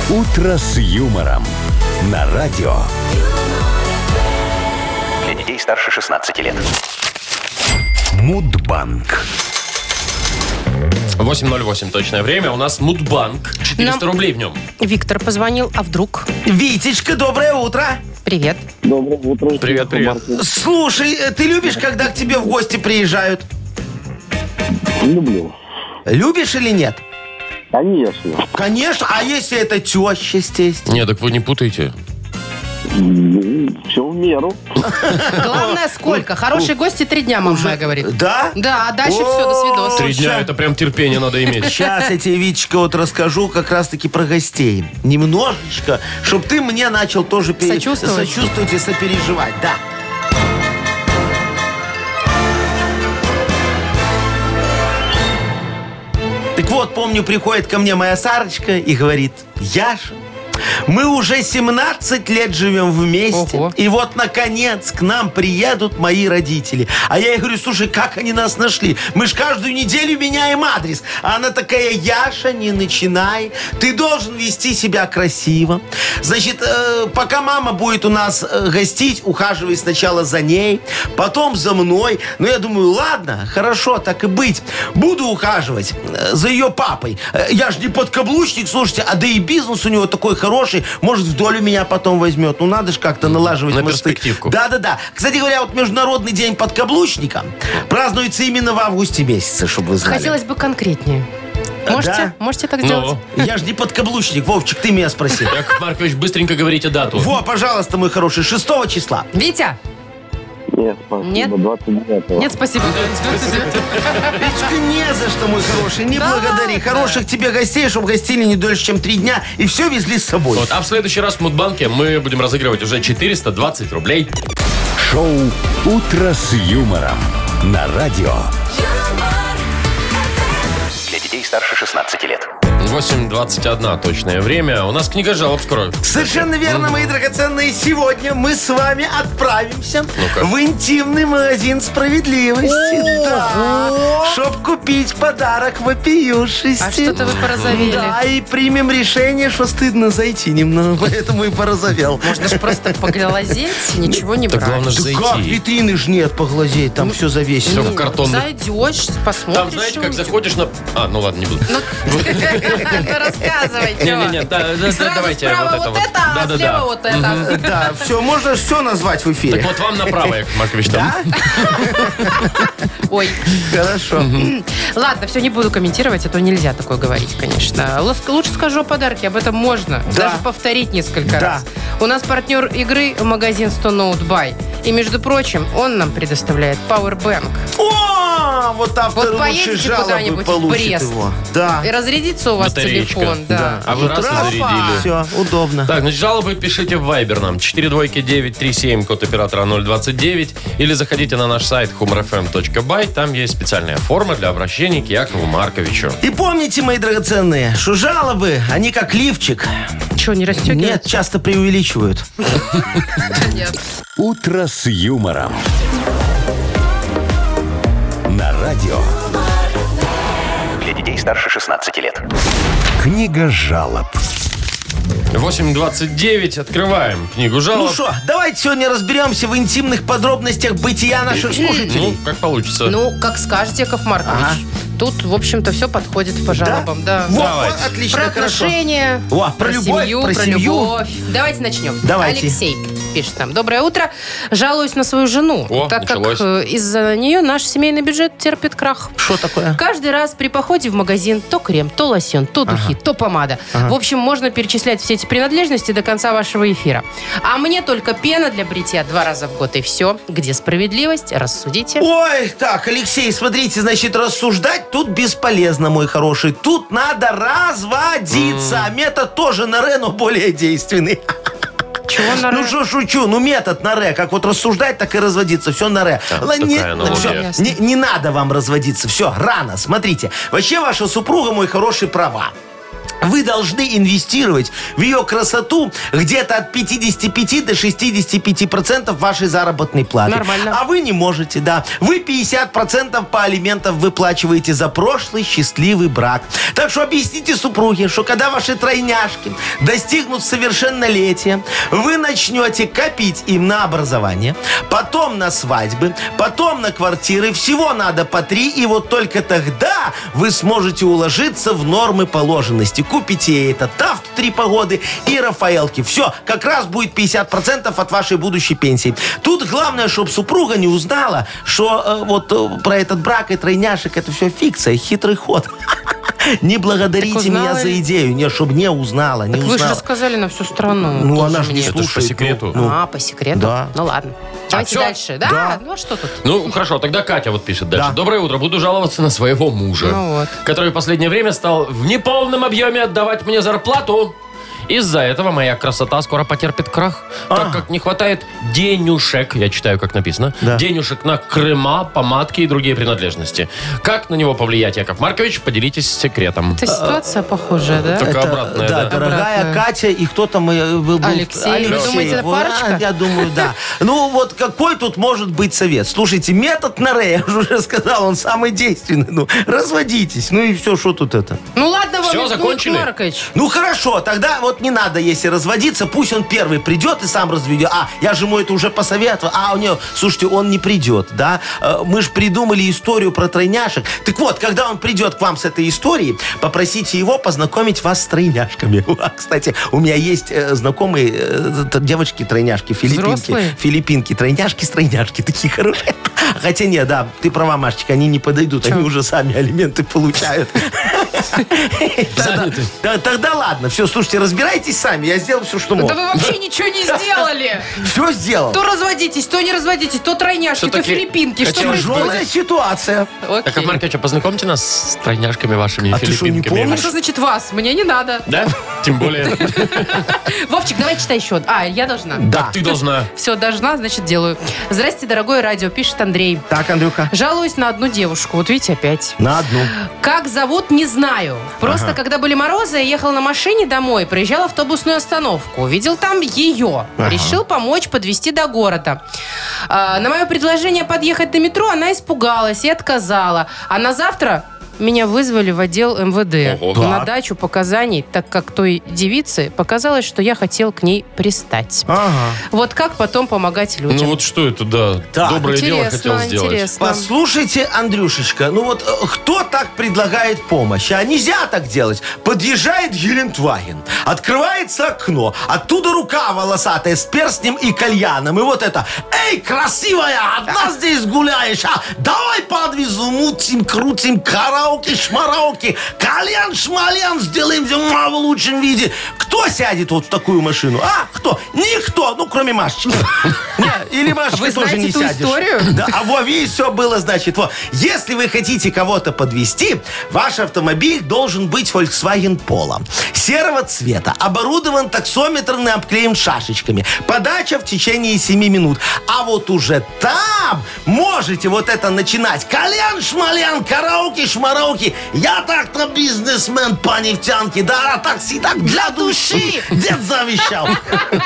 Speaker 1: Утро с юмором. На радио.
Speaker 5: Для детей старше 16 лет.
Speaker 1: Мудбанк.
Speaker 2: 808 точное время. У нас Мудбанк. 400
Speaker 3: Нам-
Speaker 2: рублей в нем.
Speaker 3: Виктор позвонил, а вдруг?
Speaker 4: Витечка, доброе утро.
Speaker 3: Привет.
Speaker 6: Доброе утро.
Speaker 2: Привет, привет.
Speaker 4: Слушай, э, ты любишь, когда к тебе в гости приезжают?
Speaker 6: Люблю.
Speaker 4: Любишь или нет?
Speaker 6: Конечно.
Speaker 4: Конечно, а если это теща здесь?
Speaker 2: Не, так вы не путайте.
Speaker 6: Все в меру.
Speaker 3: Главное, сколько? Хорошие гости три дня, мама говорит.
Speaker 4: Да?
Speaker 3: Да, а дальше
Speaker 4: О,
Speaker 3: все, до свидос.
Speaker 2: Три дня
Speaker 4: ща.
Speaker 2: это прям терпение надо
Speaker 4: <laughs>
Speaker 2: иметь.
Speaker 4: Сейчас я тебе, Витечка, вот расскажу как раз-таки про гостей. Немножечко, чтобы ты мне начал тоже пере-
Speaker 3: Сочувствовать?
Speaker 4: сочувствовать и сопереживать. Да. Так вот, помню, приходит ко мне моя Сарочка и говорит, Яша, мы уже 17 лет живем вместе,
Speaker 3: Ого.
Speaker 4: и вот, наконец, к нам приедут мои родители. А я ей говорю, слушай, как они нас нашли? Мы ж каждую неделю меняем адрес. А она такая, Яша, не начинай. Ты должен вести себя красиво. Значит, э, пока мама будет у нас э, гостить, ухаживай сначала за ней, потом за мной. Но я думаю, ладно, хорошо, так и быть. Буду ухаживать э, за ее папой. Э, Я же не подкаблучник, слушайте, а да и бизнес у него такой хороший. Может, в долю меня потом возьмет. Ну, надо же как-то налаживать
Speaker 2: На
Speaker 4: мосты.
Speaker 2: перспективку.
Speaker 4: Да-да-да. Кстати говоря, вот Международный день подкаблучника празднуется именно в августе месяце, чтобы вы знали.
Speaker 3: Хотелось бы конкретнее.
Speaker 4: Да.
Speaker 3: Можете? Можете так
Speaker 2: Ну,
Speaker 3: сделать?
Speaker 4: Я же не подкаблучник, Вовчик, ты
Speaker 2: <laughs>
Speaker 4: меня спросил.
Speaker 2: Яков Маркович, быстренько говорите дату.
Speaker 4: Во, пожалуйста, мой хороший, 6 числа.
Speaker 3: Витя,
Speaker 6: Нет, спасибо.
Speaker 3: Нет?
Speaker 6: 29-го.
Speaker 3: Нет, спасибо.
Speaker 4: Печка, не за что, мой хороший, не
Speaker 3: Да
Speaker 4: благодари.
Speaker 3: ладно.
Speaker 4: Хороших тебе гостей, чтобы гостили не дольше, чем три дня, и все везли с собой.
Speaker 2: Вот, а в следующий раз в Мудбанке мы будем разыгрывать уже 420 рублей.
Speaker 1: Шоу «Утро с юмором» на радио.
Speaker 5: Для детей старше 16 лет.
Speaker 2: 8.21 точное время. У нас книга жалоб скоро.
Speaker 4: Совершенно верно, мои драгоценные. Сегодня мы с вами отправимся
Speaker 2: Ну-ка.
Speaker 4: в интимный магазин справедливости. Да. Чтоб купить подарок вопиюшести.
Speaker 3: А что-то вы порозовели.
Speaker 4: Да, и примем решение, что стыдно зайти немного, <laughs> поэтому и порозовел.
Speaker 3: Можно же просто поглазеть и ничего не
Speaker 2: Так
Speaker 3: брать.
Speaker 2: главное же
Speaker 4: Да как,
Speaker 2: зайти. Ну,
Speaker 4: витрины ж нет, поглазеть, там все
Speaker 2: Всё
Speaker 4: завесено.
Speaker 2: в картон.
Speaker 3: Зайдешь, посмотришь.
Speaker 2: Там, знаете, как заходишь на... А, ну ладно, не буду.
Speaker 3: <laughs> Рассказывай,
Speaker 2: Не-не-не, да, да, да,
Speaker 3: Сразу
Speaker 2: давайте
Speaker 3: справа
Speaker 2: вот это
Speaker 3: вот
Speaker 2: вот.
Speaker 3: это, а
Speaker 2: Да-да-да.
Speaker 3: слева вот это.
Speaker 4: Да, все, можно все назвать в
Speaker 2: Так
Speaker 4: эфире.
Speaker 2: вот вам направо, Яков Маркович, там.
Speaker 4: Да?
Speaker 3: Ой,
Speaker 4: Хорошо.
Speaker 3: ладно, все, не буду комментировать, а то нельзя такое говорить, конечно. Лос- Лучше скажу о подарке, об этом можно.
Speaker 4: Да.
Speaker 3: Даже повторить несколько
Speaker 4: Да.
Speaker 3: раз. У нас партнер игры магазин 100 Note Buy. И, между прочим, он нам предоставляет Powerbank.
Speaker 4: О, вот автор
Speaker 3: Вот поедете
Speaker 4: лучшей жалобы
Speaker 3: куда-нибудь в
Speaker 4: получит
Speaker 3: Брест.
Speaker 4: его. Да.
Speaker 3: И разрядится у вас
Speaker 2: <laughs> Батареечка.
Speaker 3: телефон. Да.
Speaker 2: А вы раз и
Speaker 4: Раз,
Speaker 2: зарядили.
Speaker 4: Все, удобно.
Speaker 2: Так, значит, жалобы пишите в Viber нам. 42937, код оператора 029. Или заходите на наш сайт humorfm.by. Там есть специальная форма для обращений к Якову Марковичу.
Speaker 4: И помните, мои драгоценные, что жалобы, они как лифчик.
Speaker 3: Че, А не
Speaker 4: Нет,
Speaker 3: расстегивается?
Speaker 4: часто преувеличивают.
Speaker 2: Ну
Speaker 1: «Утро с юмором». На радио.
Speaker 5: Для детей старше 16 лет.
Speaker 1: Книга жалоб.
Speaker 2: 8.29. Открываем книгу
Speaker 4: Ну
Speaker 2: жалоб.
Speaker 4: что, давайте сегодня разберемся в интимных подробностях бытия наших
Speaker 2: Ну,
Speaker 4: слушателей.
Speaker 2: как получится.
Speaker 3: Ну, как скажете, Яков Маркович.
Speaker 4: Ага.
Speaker 3: Тут, в общем-то, все подходит по жалобам. Да.
Speaker 4: Во,
Speaker 2: Давайте.
Speaker 4: вот, отлично,
Speaker 3: Про
Speaker 4: хорошо.
Speaker 3: отношения,
Speaker 4: О, про любовь,
Speaker 3: семью,
Speaker 4: про
Speaker 3: про
Speaker 4: семью.
Speaker 3: любовь. Давайте начнем.
Speaker 4: Давайте.
Speaker 3: Алексей пишет нам. Доброе утро. Жалуюсь на свою жену,
Speaker 2: О,
Speaker 3: так
Speaker 2: началось.
Speaker 3: как э, из-за нее наш семейный бюджет терпит крах.
Speaker 4: Что такое?
Speaker 3: Каждый раз при походе в магазин то крем, то лосьон, то духи, то помада. В общем, можно перечислять все эти принадлежности до конца вашего эфира. А мне только пена для бритья два раза в год и все. Где справедливость? Рассудите.
Speaker 4: Ой, так, Алексей, смотрите, значит, рассуждать тут бесполезно, мой хороший. Тут надо разводиться. Метод тоже на Ре, но более действенный.
Speaker 3: Чего на
Speaker 4: Ну что шучу, ну метод на ре, как вот рассуждать, так и разводиться, все на ре.
Speaker 2: Да,
Speaker 4: Ла-
Speaker 2: такая
Speaker 4: не,
Speaker 2: аналогия.
Speaker 4: всё,
Speaker 3: Ясно.
Speaker 4: не- не надо вам разводиться, все, рано, смотрите. Вообще ваша супруга, мой хороший, права. Вы должны инвестировать в ее красоту где-то от 55 до 65 процентов вашей заработной платы.
Speaker 3: Нормально.
Speaker 4: А вы не можете, да. Вы 50 процентов по алиментам выплачиваете за прошлый счастливый брак. Так что объясните супруге, что когда ваши тройняшки достигнут совершеннолетия, вы начнете копить им на образование, потом на свадьбы, потом на квартиры. Всего надо по три, и вот только тогда вы сможете уложиться в нормы положенности. Купите ей этот тафт в три погоды и Рафаэлки. Все, как раз будет 50% от вашей будущей пенсии. Тут главное, чтобы супруга не узнала, что э, вот э, про этот брак и тройняшек это все фикция, хитрый ход. <laughs> Не благодарите
Speaker 3: узнала
Speaker 4: меня за
Speaker 3: ли?
Speaker 4: идею. Не, чтобы не узнала, не
Speaker 3: Так вы же
Speaker 4: узнала.
Speaker 3: рассказали на всю страну.
Speaker 4: Ну,
Speaker 3: Тоже
Speaker 4: она ж не
Speaker 3: мне.
Speaker 2: Это ж по
Speaker 4: слушает,
Speaker 2: секрету.
Speaker 4: ну,
Speaker 3: А, по секрету?
Speaker 4: Да.
Speaker 3: Ну ладно. Давайте
Speaker 2: всё?
Speaker 3: дальше. Да?
Speaker 4: Да.
Speaker 3: ну а что тут?
Speaker 2: Ну, хорошо, тогда Катя вот пишет дальше.
Speaker 4: Да.
Speaker 2: Доброе утро, буду жаловаться на своего мужа,
Speaker 3: Ну вот.
Speaker 2: который в последнее время стал в неполном объеме отдавать мне зарплату. Из-за этого моя красота скоро потерпит крах, так
Speaker 4: А.
Speaker 2: как не хватает денюшек, я читаю, как написано,
Speaker 4: Да.
Speaker 2: денюшек на крема, помадки и другие принадлежности. Как на него повлиять, Яков Маркович, поделитесь секретом.
Speaker 3: Это ситуация похожая, да?
Speaker 2: Только
Speaker 4: Это,
Speaker 2: обратное,
Speaker 4: да,
Speaker 2: да.
Speaker 4: дорогая
Speaker 3: Обратное.
Speaker 4: Катя и кто там э, был? был?
Speaker 3: Алексей. Вы думаете, это
Speaker 4: Вот,
Speaker 3: парочка?
Speaker 4: а, Я думаю, да. Ну вот какой тут может быть совет? Слушайте, метод Наре, <laughs> я же уже сказал, он самый действенный. Ну, разводитесь. Ну и все, что тут это?
Speaker 3: Ну ладно вам,
Speaker 2: Всё,
Speaker 3: Яков
Speaker 2: закончили?
Speaker 3: Маркович.
Speaker 4: Ну хорошо, тогда вот не надо, если разводиться, пусть он первый придет и сам разведет. А, я же ему это уже посоветовал. А, у него, слушайте, он не придет, да? Э, Мы же придумали историю про тройняшек. Так вот, когда он придет к вам с этой историей, попросите его познакомить вас с тройняшками. <laughs> А, Кстати, у меня есть э, знакомые э, т- девочки-тройняшки,
Speaker 3: Взрослые?
Speaker 4: филиппинки. Филиппинки, тройняшки с тройняшки, такие хорошие. <laughs> Хотя нет, да, ты права, Машечка, они не подойдут, они уже сами алименты получают. Тогда-
Speaker 2: Заняты.
Speaker 4: да- Тогда ладно, все, слушайте, разбирайтесь сами, я сделал все, что мог.
Speaker 3: Да вы вообще ничего не сделали.
Speaker 4: Все сделал.
Speaker 3: То разводитесь, то не разводитесь, то тройняшки, то
Speaker 2: Всё-таки
Speaker 3: филиппинки. Что
Speaker 2: хотела-
Speaker 4: Тяжелая ситуация.
Speaker 3: происходит?
Speaker 2: Яков
Speaker 3: Окей.
Speaker 2: Маркович, а познакомьте нас с тройняшками вашими и
Speaker 4: А ты что, не
Speaker 2: филиппинками.
Speaker 3: А что значит вас? Мне не надо.
Speaker 2: Да? Тем
Speaker 4: <laughs>
Speaker 2: более.
Speaker 3: Вовчик, давай читай еще. А, я должна.
Speaker 2: Да. Ты должна.
Speaker 3: Все, должна, значит, делаю. Здрасте, дорогое радио, пишет Андрей.
Speaker 4: Так, Андрюха.
Speaker 3: Жалуюсь на одну девушку. Вот видите, опять.
Speaker 4: На одну.
Speaker 3: Как зовут, не знаю. Просто когда были морозы, я ехала на машине домой, проезжал автобусную остановку. Увидел там ее. Решил помочь подвести до города. А, на мое предложение подъехать до метро она испугалась и отказала. А на завтра меня вызвали в отдел МВД
Speaker 2: Ого.
Speaker 3: на
Speaker 4: Так.
Speaker 3: дачу показаний, так как той девице показалось, что я хотел к ней пристать.
Speaker 4: Ага.
Speaker 3: Вот как потом помогать людям?
Speaker 2: Ну вот что это, да.
Speaker 4: Так.
Speaker 2: Доброе дело
Speaker 3: интересно,
Speaker 2: хотел сделать.
Speaker 3: интересно.
Speaker 4: Послушайте, Андрюшечка, ну вот э, кто так предлагает помощь? А нельзя так делать. Подъезжает Гелендваген, открывается окно, оттуда рука волосатая с перстнем и кальяном. И вот это, эй, красивая, одна здесь гуляешь, а давай подвезу, мутим, крутим, караоке, шмараоке, кальян, шмальян сделаем зима в лучшем виде. Кто сядет вот в такую машину? А, кто? Никто, ну кроме Машечки. <laughs> Не, Или Машечка
Speaker 3: Вы
Speaker 4: тоже
Speaker 3: знаете
Speaker 4: не
Speaker 3: ту
Speaker 4: сядешь.
Speaker 3: историю?
Speaker 4: Да, а во, видишь, все было, значит, во. Если вы хотите кого-то подвести, ваш автомобиль должен быть Volkswagen Polo. Серого цвета, оборудован таксометром и обклеен шашечками. Подача в течение 7 минут. А вот уже там можете вот это начинать. Колян, шмалян, караоке, шмарауки. Я так-то бизнесмен по нефтянке. Да, а такси так для души.
Speaker 3: <laughs>
Speaker 4: Дед завещал.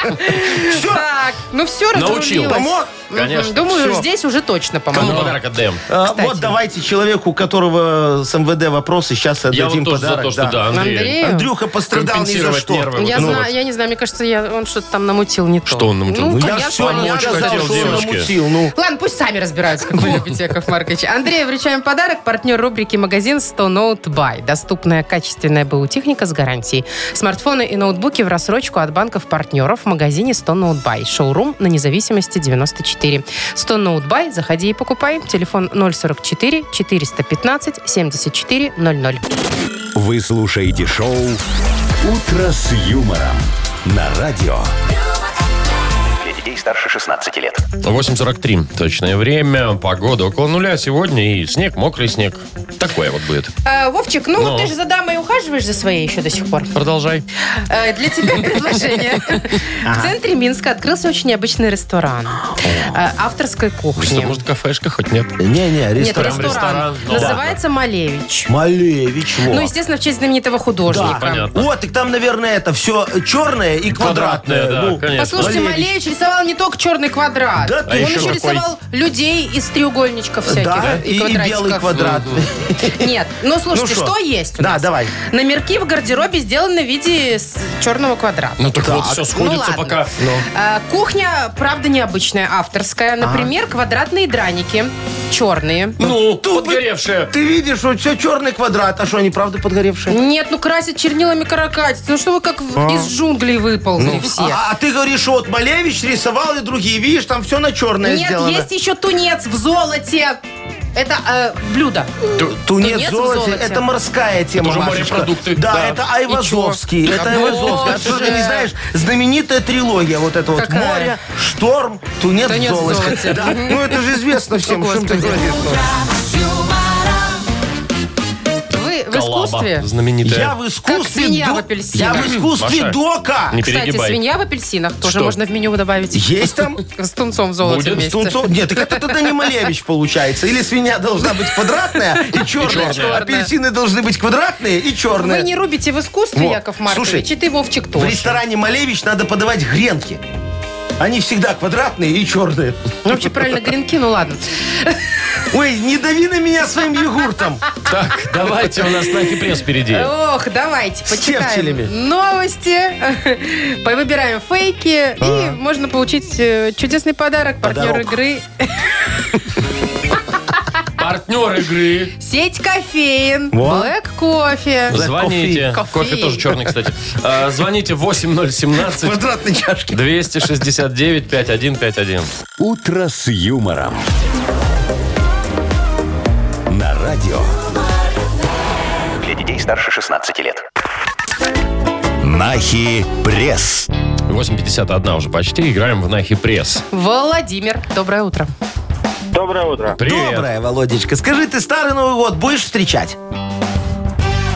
Speaker 4: Все,
Speaker 3: Так, ну все,
Speaker 2: Научил.
Speaker 3: разрулилось.
Speaker 4: помог?
Speaker 3: Мгм.
Speaker 2: Конечно,
Speaker 3: Думаю,
Speaker 4: всё.
Speaker 3: здесь уже точно
Speaker 2: Кому
Speaker 3: помогло.
Speaker 2: подарок отдаем?
Speaker 4: А,
Speaker 3: Кстати.
Speaker 4: Вот давайте человеку, у которого с МВД вопросы, сейчас
Speaker 2: Я
Speaker 4: отдадим
Speaker 2: вот тоже за
Speaker 4: подарок.
Speaker 2: то, что да, Андрей.
Speaker 3: Андрею?
Speaker 4: Андрюха пострадал ни за
Speaker 2: Компенсировать
Speaker 4: что.
Speaker 2: нервы.
Speaker 3: Я
Speaker 2: Ну
Speaker 3: знаю,
Speaker 2: вот.
Speaker 3: я не знаю, мне кажется, я, он что-то там намутил не то.
Speaker 2: Что он намутил?
Speaker 3: Ну,
Speaker 2: Ну,
Speaker 4: Я
Speaker 3: конечно,
Speaker 4: все
Speaker 3: понятно.
Speaker 2: помочь
Speaker 4: сказал,
Speaker 2: хотел
Speaker 4: что он
Speaker 2: девушке.
Speaker 4: намутил. Ну,
Speaker 3: Ладно, пусть сами
Speaker 2: <laughs>
Speaker 3: разбираются, как вы любите, Яков Маркович. Андрею вручаем подарок. Партнер рубрики «Магазин 100 Note Buy». Доступная качественная БУ техника с гарантией. Смартфоны и ноутбуки в рассрочку от банков-партнеров в магазине 100 Note Buy. Шоурум на независимости 94. 100 Note Buy. Заходи и покупай. Телефон 044 415 74 00.
Speaker 1: Вы слушаете шоу «Утро с юмором» на радио.
Speaker 5: Для детей старше 16 лет.
Speaker 2: 8.43. Точное время. Погода около нуля сегодня. И снег, мокрый снег. Такое вот будет.
Speaker 3: А, Вовчик, ну
Speaker 2: Ну.
Speaker 3: ты же за дамой ухаживаешь за своей еще до сих пор.
Speaker 2: Продолжай.
Speaker 3: Э, Для тебя <laughs> предложение. В центре Минска открылся очень необычный ресторан э, авторской
Speaker 2: Что,
Speaker 3: кухни.
Speaker 2: может, кафешка хоть нет?
Speaker 4: не-не,
Speaker 3: Нет,
Speaker 4: ресторан.
Speaker 3: ресторан.
Speaker 2: ресторан, ну
Speaker 3: Называется Малевич.
Speaker 4: Малевич, во.
Speaker 3: Ну, естественно, в честь знаменитого художника.
Speaker 2: Понятно.
Speaker 4: Вот, так там, наверное, это все черное и квадратное.
Speaker 2: Квадратная, да,
Speaker 4: ну,
Speaker 2: конечно.
Speaker 3: Послушайте, Малевич рисовал не только черный квадрат.
Speaker 4: Да
Speaker 3: Он
Speaker 4: ты
Speaker 2: А еще
Speaker 3: еще
Speaker 2: какой?
Speaker 3: рисовал людей из треугольничков всяких.
Speaker 4: да, и, и
Speaker 3: квадратиков.
Speaker 4: белый квадрат.
Speaker 3: Нет, ну слушайте,
Speaker 4: Ну, шо?
Speaker 3: что есть у
Speaker 4: Да,
Speaker 3: нас?
Speaker 4: давай.
Speaker 3: Номерки в гардеробе сделаны в виде с- черного квадрата.
Speaker 2: Ну так, вот все
Speaker 3: Ну,
Speaker 2: сходится
Speaker 3: ладно.
Speaker 2: пока.
Speaker 3: А, Кухня, правда, необычная, авторская. Например, квадратные драники, черные.
Speaker 2: Ну,
Speaker 4: Тут вы-
Speaker 2: подгоревшая.
Speaker 4: Ты видишь, вот все черный квадрат. А что, они правда подгоревшие?
Speaker 3: Нет, ну красят чернилами каракатиц. Ну что вы как в- из джунглей выползли все?
Speaker 4: А, а ты говоришь, что вот Малевич рисовал и другие. Видишь, там все на черное
Speaker 3: Нет,
Speaker 4: ну, сделано.
Speaker 3: есть еще тунец в золоте. Это э, блюдо.
Speaker 4: Ту- Тунец,
Speaker 3: Тунец в
Speaker 4: золоте,
Speaker 3: золоте.
Speaker 4: это морская тема.
Speaker 2: тоже
Speaker 4: Машечка.
Speaker 2: морепродукты,
Speaker 4: Да,
Speaker 2: да.
Speaker 4: это Айвазовский.
Speaker 3: И чё?
Speaker 4: Это
Speaker 3: Да
Speaker 4: Айвазовский. А
Speaker 3: боже.
Speaker 4: что ты не знаешь? Знаменитая трилогия. Вот это вот
Speaker 3: Какая?
Speaker 4: море, шторм, тунец,
Speaker 3: Тунец в
Speaker 4: в золоте.
Speaker 3: золоте.
Speaker 4: Да. Ну это же известно всем, что ты
Speaker 3: Господи.
Speaker 4: говоришь.
Speaker 3: Вы в
Speaker 2: Коллаба
Speaker 3: искусстве?
Speaker 2: Знаменитая.
Speaker 4: Я в искусстве,
Speaker 3: свинья в
Speaker 4: до-
Speaker 3: апельсинах.
Speaker 4: я в искусстве
Speaker 2: Маша.
Speaker 4: дока.
Speaker 2: Не
Speaker 3: Кстати,
Speaker 2: перегибай.
Speaker 3: свинья в апельсинах тоже
Speaker 2: Что?
Speaker 3: можно в меню добавить.
Speaker 4: Есть там
Speaker 3: <laughs> С тунцом в золоте
Speaker 2: Будет.
Speaker 3: вместе.
Speaker 4: с тунцом? Нет, так это тогда не Малевич получается. Или свинья должна быть квадратная и черная.
Speaker 2: черная.
Speaker 4: Апельсины должны быть квадратные и
Speaker 3: Вы не
Speaker 4: черные.
Speaker 3: рубите в искусстве,
Speaker 4: Во.
Speaker 3: Яков Маркович,
Speaker 4: Слушай,
Speaker 3: и ты, Вовчик,
Speaker 4: В
Speaker 3: тоже.
Speaker 4: ресторане Малевич надо подавать гренки. Они всегда квадратные и черные.
Speaker 3: Ну, вообще правильно, гренки, ну ладно.
Speaker 4: Ой, не дави на меня своим
Speaker 2: <laughs>
Speaker 4: йогуртом.
Speaker 2: Так, давайте у нас на пресс впереди.
Speaker 3: Ох, давайте,
Speaker 4: С тефтелями.
Speaker 3: почитаем новости, <laughs> повыбираем фейки, и можно получить э, чудесный подарок. Партнер
Speaker 4: А. Подарок.
Speaker 3: игры а?
Speaker 2: Партнер игры.
Speaker 3: сеть кофеин,
Speaker 4: Во.
Speaker 3: Black Coffee.
Speaker 2: Звоните.
Speaker 3: Кофе.
Speaker 2: Кофе тоже черный, кстати. А, Звоните 8017
Speaker 4: Квадратной чашки.
Speaker 2: 269 5151.
Speaker 1: «Утро с юмором». На радио.
Speaker 5: Для Для детей старше 16 лет.
Speaker 1: Нахи пресс.
Speaker 2: 8.51 уже почти. Играем в Нахи Пресс.
Speaker 3: Владимир, доброе утро.
Speaker 6: Доброе утро.
Speaker 2: Привет.
Speaker 4: Доброе, Володечка. Скажи, ты старый Новый год будешь встречать?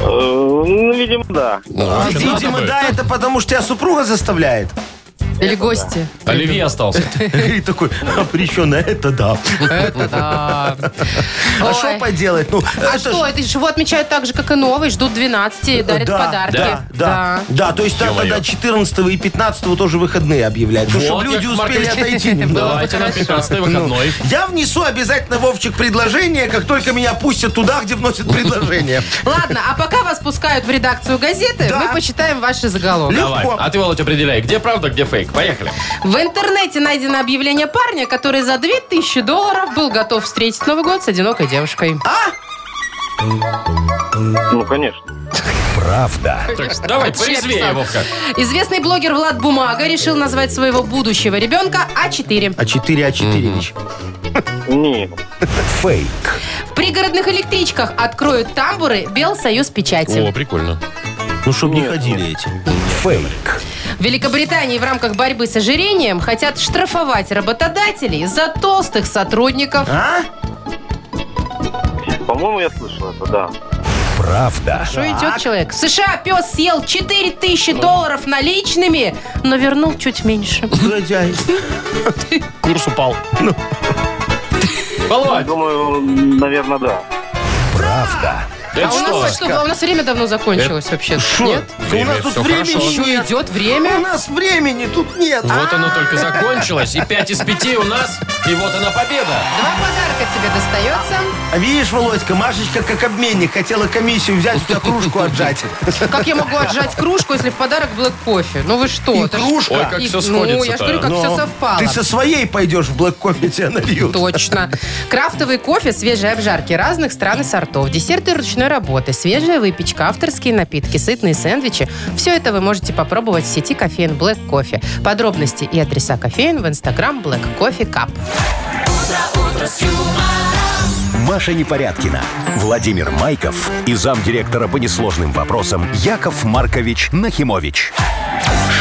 Speaker 6: ну, видимо, да.
Speaker 2: Ну, в общем, надо
Speaker 4: Видимо,
Speaker 2: бы.
Speaker 4: да, это потому что тебя
Speaker 2: <laughs>
Speaker 4: супруга заставляет.
Speaker 3: Или гости.
Speaker 2: Оливье
Speaker 4: <laughs>
Speaker 2: остался.
Speaker 4: И такой, а при чём на это да.
Speaker 3: Это да.
Speaker 4: <laughs> А
Speaker 3: Ой.
Speaker 4: что поделать? Ну,
Speaker 3: А что, это же его отмечают так же, как и новый. Ждут 12 и дарят
Speaker 4: да,
Speaker 3: подарки.
Speaker 4: Да, да, да. То есть там
Speaker 2: Ё-моё.
Speaker 4: тогда 14 и 15 тоже выходные объявляют. Ну,
Speaker 2: Вот,
Speaker 4: чтобы люди
Speaker 2: Яков
Speaker 4: успели
Speaker 2: Маркович. <laughs>
Speaker 4: отойти немного.
Speaker 2: Давайте на
Speaker 3: хорошо.
Speaker 2: 15
Speaker 4: Ну,
Speaker 2: выходной.
Speaker 4: я внесу обязательно, Вовчик, предложение, как только меня пустят туда, где вносят
Speaker 2: <laughs>
Speaker 4: предложение.
Speaker 3: Ладно, а пока вас пускают в редакцию газеты,
Speaker 4: Да.
Speaker 3: мы почитаем ваши заголовки.
Speaker 2: Давай.
Speaker 4: Легко.
Speaker 2: А ты, Володь, определяй, где правда, где фейк. Поехали.
Speaker 3: В интернете найдено объявление парня, который за 2000 долларов был готов встретить Новый год с одинокой девушкой.
Speaker 6: Ну, конечно.
Speaker 2: Так, давай,
Speaker 3: Вообще
Speaker 2: порезвее,
Speaker 3: писал.
Speaker 2: Вовка.
Speaker 3: Известный блогер Влад Бумага решил назвать своего будущего ребенка А4.
Speaker 4: А 4 а 4
Speaker 6: Не.
Speaker 1: Фейк.
Speaker 3: В пригородных электричках откроют тамбуры Белсоюз
Speaker 2: О,
Speaker 3: печати.
Speaker 2: прикольно.
Speaker 4: Ну, чтобы не ходили эти.
Speaker 1: Фейк.
Speaker 3: В Великобритании в рамках борьбы с ожирением хотят штрафовать работодателей за толстых сотрудников.
Speaker 4: А?
Speaker 6: По-моему, я слышал это, да.
Speaker 1: Правда.
Speaker 3: Что идет человек? В США пес съел 4000 долларов наличными, но вернул чуть меньше.
Speaker 4: Ну Негодяй.
Speaker 2: Курс упал.
Speaker 6: Я
Speaker 4: Ну.
Speaker 2: Володь,
Speaker 6: думаю, наверное, да.
Speaker 2: это
Speaker 3: А у
Speaker 2: что?
Speaker 3: нас, что, а у нас время давно закончилось вообще. Нет?
Speaker 4: Да У
Speaker 2: Время,
Speaker 4: нас тут
Speaker 2: всё хорошо.
Speaker 4: времени
Speaker 3: Еще
Speaker 4: нет.
Speaker 3: идет
Speaker 4: У
Speaker 3: время.
Speaker 4: нас времени тут нет.
Speaker 2: Вот оно только закончилось. И 5 из 5 у нас. И вот она победа.
Speaker 3: Два подарка тебе достается.
Speaker 4: А видишь, Володька, Машечка как обменник хотела комиссию взять, у тебя кружку отжать.
Speaker 3: Как я могу отжать кружку, если в подарок блэк кофе? Ну вы что?
Speaker 4: И
Speaker 3: это ж-
Speaker 4: <laughs> кружка.
Speaker 2: Ой, как
Speaker 3: И-
Speaker 2: все
Speaker 3: Ну, я же
Speaker 2: сходится-то.
Speaker 3: говорю, как все
Speaker 4: Но
Speaker 3: совпало.
Speaker 4: Ты со своей пойдешь в Black Coffee тебя нальют.
Speaker 3: Точно. Крафтовый кофе, свежие обжарки разных стран и сортов, десерты ручной работы, свежая выпечка, авторские напитки, сытные сэндвичи. Все это вы можете попробовать в сети кофеин Black Кофе. Подробности и адреса кофеин в инстаграм Black Coffee Cup.
Speaker 1: Маша Непорядкина, Владимир Майков и замдиректора по несложным вопросам Яков Маркович Нахимович.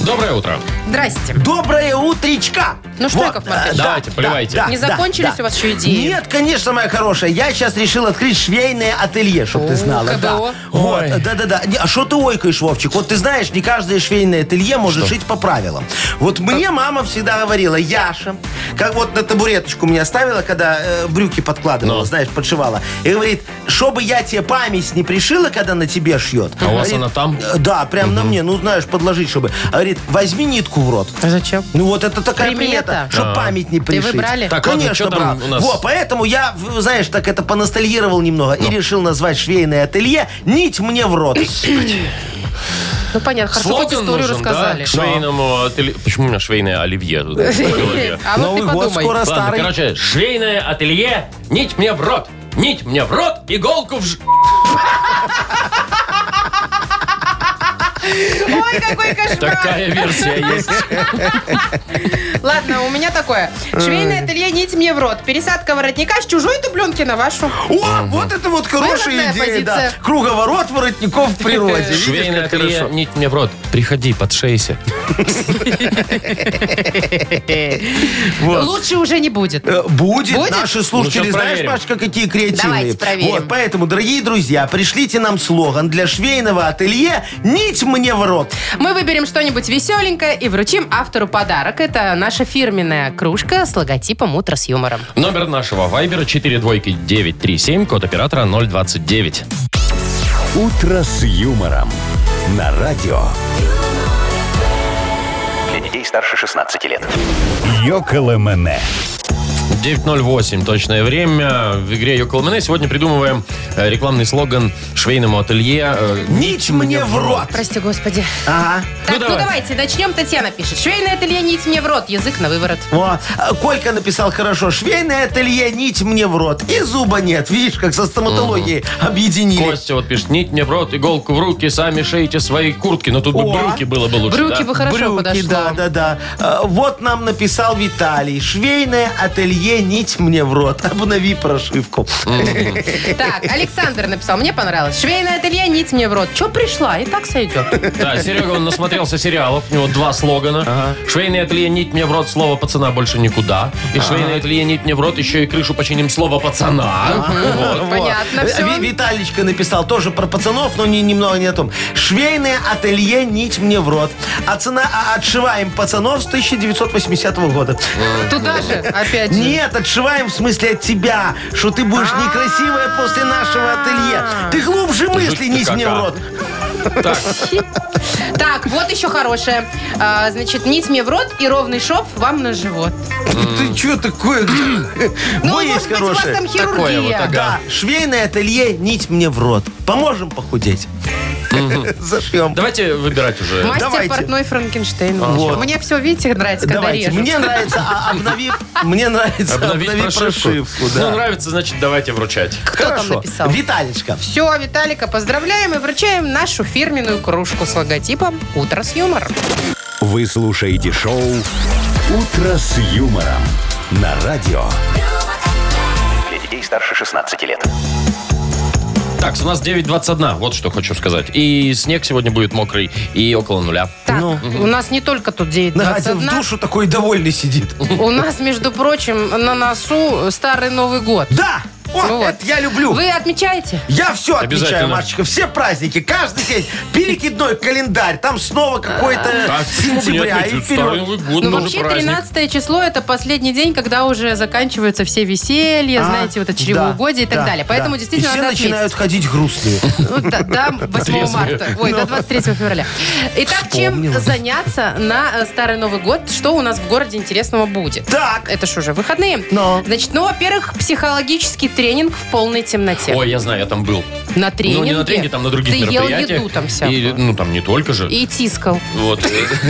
Speaker 2: Доброе утро.
Speaker 3: Здрасте.
Speaker 4: Доброе утречка!
Speaker 3: Ну что, Яков Маркович?
Speaker 4: э, да,
Speaker 2: Давайте,
Speaker 4: да,
Speaker 2: поливайте.
Speaker 4: да,
Speaker 3: Не
Speaker 4: да,
Speaker 3: закончились у
Speaker 4: да.
Speaker 3: вас еще идеи?
Speaker 4: Нет, конечно, моя хорошая. Я сейчас решил открыть швейное ателье, чтобы ты
Speaker 3: О,
Speaker 4: знала. Да.
Speaker 3: КБО.
Speaker 4: Вот, да-да-да. Не, А что ты ойкаешь, Вовчик? Вот ты знаешь, не каждое швейное ателье может шить по правилам. Вот
Speaker 2: А.
Speaker 4: мне мама всегда говорила, Яша, как вот на табуреточку меня ставила, когда э, брюки подкладывала,
Speaker 2: Ну.
Speaker 4: знаешь, подшивала. И говорит, чтобы я тебе память не пришила, когда на тебе шьет.
Speaker 2: А у вас
Speaker 4: Говорит,
Speaker 2: она там?
Speaker 4: «Э, Да, прям на мне, ну знаешь, подложить, чтобы. А Говорит, возьми нитку в рот.
Speaker 3: А зачем?
Speaker 4: Ну вот это такая
Speaker 3: Примета.
Speaker 4: примета, чтобы
Speaker 2: Да.
Speaker 4: память не пришить.
Speaker 3: брали?
Speaker 2: Так, ладно,
Speaker 4: Конечно,
Speaker 2: чё там
Speaker 4: брал.
Speaker 2: у нас?
Speaker 4: Во, поэтому я, в- знаешь, так это поностальгировал немного
Speaker 2: Ну.
Speaker 4: и решил назвать швейное ателье «Нить мне в рот».
Speaker 2: А
Speaker 3: Ну понятно, хорошо, хоть
Speaker 2: Слоган
Speaker 3: историю
Speaker 2: нужен, да,
Speaker 3: рассказали.
Speaker 2: к швейному ателье. Почему у меня швейное оливье тут в голове?
Speaker 3: <laughs> А вот ты
Speaker 4: Новый год
Speaker 3: подумай.
Speaker 4: скоро
Speaker 2: Ладно,
Speaker 4: старый.
Speaker 2: короче, швейное ателье, нить мне в рот, нить мне в рот, иголку в ж...
Speaker 3: Ой, какой кошмар.
Speaker 2: Такая версия есть.
Speaker 3: Ладно, у меня такое. Швейное ателье нить мне в рот. Пересадка воротника с чужой дубленки на вашу.
Speaker 4: О, вот это вот хорошая
Speaker 3: Выгодная
Speaker 4: идея, да.
Speaker 3: позиция.
Speaker 4: Круговорот воротников в природе. Видишь,
Speaker 2: Швейное
Speaker 4: как
Speaker 2: ателье,
Speaker 4: хорошо.
Speaker 2: нить мне в рот. Приходи, подшейся.
Speaker 3: Лучше уже не будет.
Speaker 4: Э, Будет.
Speaker 3: Будет?
Speaker 4: Наши слушатели,
Speaker 2: Ну, щас
Speaker 4: знаешь,
Speaker 2: проверим.
Speaker 4: Пашка, какие креативные.
Speaker 3: Давайте проверим.
Speaker 4: Вот, поэтому, дорогие друзья, пришлите нам слоган для швейного ателье «Нить мне в рот».
Speaker 3: Мы выберем что-нибудь веселенькое и вручим автору подарок. Это наша фирменная кружка с логотипом «Утро с юмором».
Speaker 2: Номер нашего вайбера 42937, код оператора 029.
Speaker 1: «Утро с юмором» на радио
Speaker 5: Для детей старше 16 лет.
Speaker 1: «Йоколэмэне».
Speaker 2: 9.08 точное время. В игре Йоколмене сегодня придумываем э, рекламный слоган швейному ателье. э,
Speaker 4: Нить мне в рот.
Speaker 3: Прости, господи.
Speaker 4: Ага.
Speaker 2: Ну,
Speaker 3: Так, ну,
Speaker 2: давай.
Speaker 3: давайте, начнем. Татьяна пишет. Швейное ателье нить мне в рот, язык на выворот.
Speaker 4: О, а, Колька написал хорошо. Швейное ателье, нить мне в рот. И зуба нет. Видишь, как со стоматологией объединили.
Speaker 2: Костя вот пишет, нить мне в рот, иголку в руки, сами шейте свои куртки. Но тут бы
Speaker 4: О.
Speaker 2: брюки было бы лучше,
Speaker 3: Брюки
Speaker 2: да?
Speaker 3: бы хорошо
Speaker 4: Брюки,
Speaker 3: подошло.
Speaker 4: да, да, да. А, Вот нам написал Виталий. Швейное ателье, нить мне в рот. Обнови прошивку. <laughs>
Speaker 3: Так, Александр написал, мне понравилось. Швейное ателье нить мне в рот. Че пришла? И так сойдет.
Speaker 2: Да, Серега, он насмотрелся сериалов, у него два слогана. Швейное ателье нить мне в рот, слово пацана больше никуда. И швейное ателье нить мне в рот, еще и крышу починим, слово пацана. Вот.
Speaker 3: Понятно
Speaker 4: <laughs> Вот.
Speaker 3: все.
Speaker 4: Э, Ви- Виталичка написал тоже про пацанов, но не, немного не о том. Швейное ателье нить мне в рот. А цена а отшиваем пацанов с 1980 года.
Speaker 3: Туда же опять же.
Speaker 4: Нет, отшиваем в смысле от тебя, что ты будешь некрасивая после нашего ателье. Ты глубже мысли
Speaker 2: ты
Speaker 4: нить мне в
Speaker 2: кака.
Speaker 4: рот.
Speaker 2: Так,
Speaker 3: Так, вот еще хорошее. А, значит, нить мне в рот и ровный шов вам на живот.
Speaker 4: Ты
Speaker 3: <clears throat>
Speaker 4: что такое?
Speaker 3: Ну,
Speaker 4: Во,
Speaker 3: может
Speaker 4: есть
Speaker 3: быть, у вас там
Speaker 4: хорошее.
Speaker 2: Такое вот,
Speaker 3: хирургия.
Speaker 2: ага.
Speaker 4: Да, швейное ателье нить мне в рот. Поможем похудеть. <laughs> Зашьем.
Speaker 2: давайте выбирать уже.
Speaker 3: Мастер
Speaker 4: Давайте.
Speaker 3: портной Франкенштейн.
Speaker 4: Вот.
Speaker 3: Мне все, видите, нравится, когда
Speaker 4: Давайте.
Speaker 3: режут.
Speaker 4: Мне нравится, а, обнови, мне нравится, обнови,
Speaker 2: Обновить прошивку.
Speaker 4: прошивку.
Speaker 2: Ну,
Speaker 4: да.
Speaker 2: нравится, значит, давайте вручать.
Speaker 3: Кто там
Speaker 4: Хорошо.
Speaker 3: написал?
Speaker 4: Виталечка.
Speaker 3: Все, Виталика, поздравляем и вручаем нашу фирменную кружку с логотипом «Утро с юмором».
Speaker 1: Вы слушаете шоу «Утро с юмором» на радио.
Speaker 5: Для детей старше 16 лет.
Speaker 2: Так, у нас 9.21, вот что хочу сказать. И снег сегодня будет мокрый, и около нуля.
Speaker 3: Так,
Speaker 4: Ну.
Speaker 3: у нас не только тут
Speaker 4: Нагадил в
Speaker 3: 9.21,
Speaker 4: душу такой довольный сидит.
Speaker 3: у нас, между прочим, на носу Старый Новый год.
Speaker 4: Да! О,
Speaker 3: Ну вот.
Speaker 4: это я люблю.
Speaker 3: Вы отмечаете?
Speaker 4: Я все отмечаю,
Speaker 2: Обязательно.
Speaker 4: Машечка. Все праздники. Каждый день. Перекидной календарь. Там снова какой-то
Speaker 2: <laughs> Так, почему бы А, не
Speaker 4: сентября. И
Speaker 2: отметить? Старый
Speaker 4: вперед.
Speaker 2: Новый год,
Speaker 3: Ну,
Speaker 2: тоже
Speaker 3: вообще,
Speaker 2: праздник.
Speaker 3: 13 число это последний день, когда уже заканчиваются все веселья,
Speaker 4: А,
Speaker 3: знаете, вот это
Speaker 4: да,
Speaker 3: чревоугодие и так
Speaker 4: да,
Speaker 3: далее. Поэтому
Speaker 4: да.
Speaker 3: действительно
Speaker 4: И все
Speaker 3: надо отметить.
Speaker 4: начинают ходить грустные.
Speaker 3: <laughs> Ну, да, до 8
Speaker 2: Трезвые.
Speaker 3: марта. Ой, до 23 февраля. Итак, чем
Speaker 4: Вспомнила.
Speaker 3: заняться на э, Старый Новый год? Что у нас в городе интересного будет?
Speaker 4: Так.
Speaker 3: Это что же, выходные?
Speaker 4: Но.
Speaker 3: Значит, ну, во-первых, психологический тренинг в полной темноте.
Speaker 2: Ой, я знаю, я там был.
Speaker 3: На тренинге.
Speaker 2: Ну, не на тренинге, там на других
Speaker 3: Ты ел
Speaker 2: мероприятиях.
Speaker 3: еду там
Speaker 2: И,
Speaker 3: всякую.
Speaker 2: ну, там не только же.
Speaker 3: И тискал. <laughs>
Speaker 2: Вот.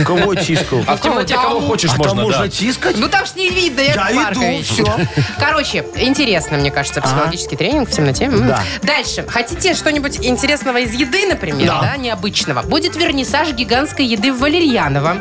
Speaker 4: Кого чистку?
Speaker 2: А в темноте
Speaker 3: там-
Speaker 2: кого хочешь
Speaker 4: А там
Speaker 2: можно, да.
Speaker 4: можно тискать?
Speaker 3: Ну там ж не видно, Яков
Speaker 4: Я иду,
Speaker 3: Маркович.
Speaker 4: всё.
Speaker 3: Короче, интересно, мне кажется, психологический тренинг в темноте. М.
Speaker 4: Да.
Speaker 3: Дальше. Хотите что-нибудь интересного из еды, например, да. необычного? Будет вернисаж гигантской еды в Валерьяново.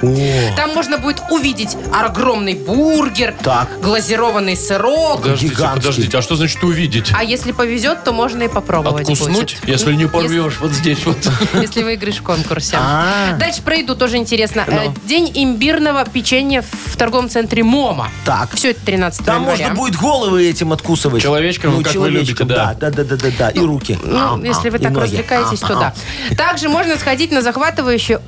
Speaker 3: Там можно будет увидеть огромный бургер,
Speaker 4: Так.
Speaker 3: глазированный сырок.
Speaker 2: Подождите,
Speaker 4: Гигантский.
Speaker 2: подождите, а что значит увидеть?
Speaker 3: А если повезет, то можно и попробовать
Speaker 2: Откуснуть,
Speaker 3: будет.
Speaker 2: если не
Speaker 3: Если-
Speaker 2: порвешь вот здесь
Speaker 3: <laughs>
Speaker 2: вот.
Speaker 3: Если выиграешь в конкурсе.
Speaker 4: А. Ну.
Speaker 3: Дальше пройду, тоже интересно. Э, День имбирного печенья в торговом центре МОМА.
Speaker 4: Так.
Speaker 3: Все это 13
Speaker 4: Там
Speaker 3: января.
Speaker 4: можно будет головы этим откусывать. Ну,
Speaker 2: Человечком, как вы
Speaker 4: человечком,
Speaker 2: любите, да.
Speaker 4: Да, да, да, да, да. И руки.
Speaker 3: Ну,
Speaker 4: А,
Speaker 3: если вы
Speaker 4: а, и
Speaker 3: так
Speaker 4: ноги.
Speaker 3: развлекаетесь, то да. Также можно сходить на захватывающее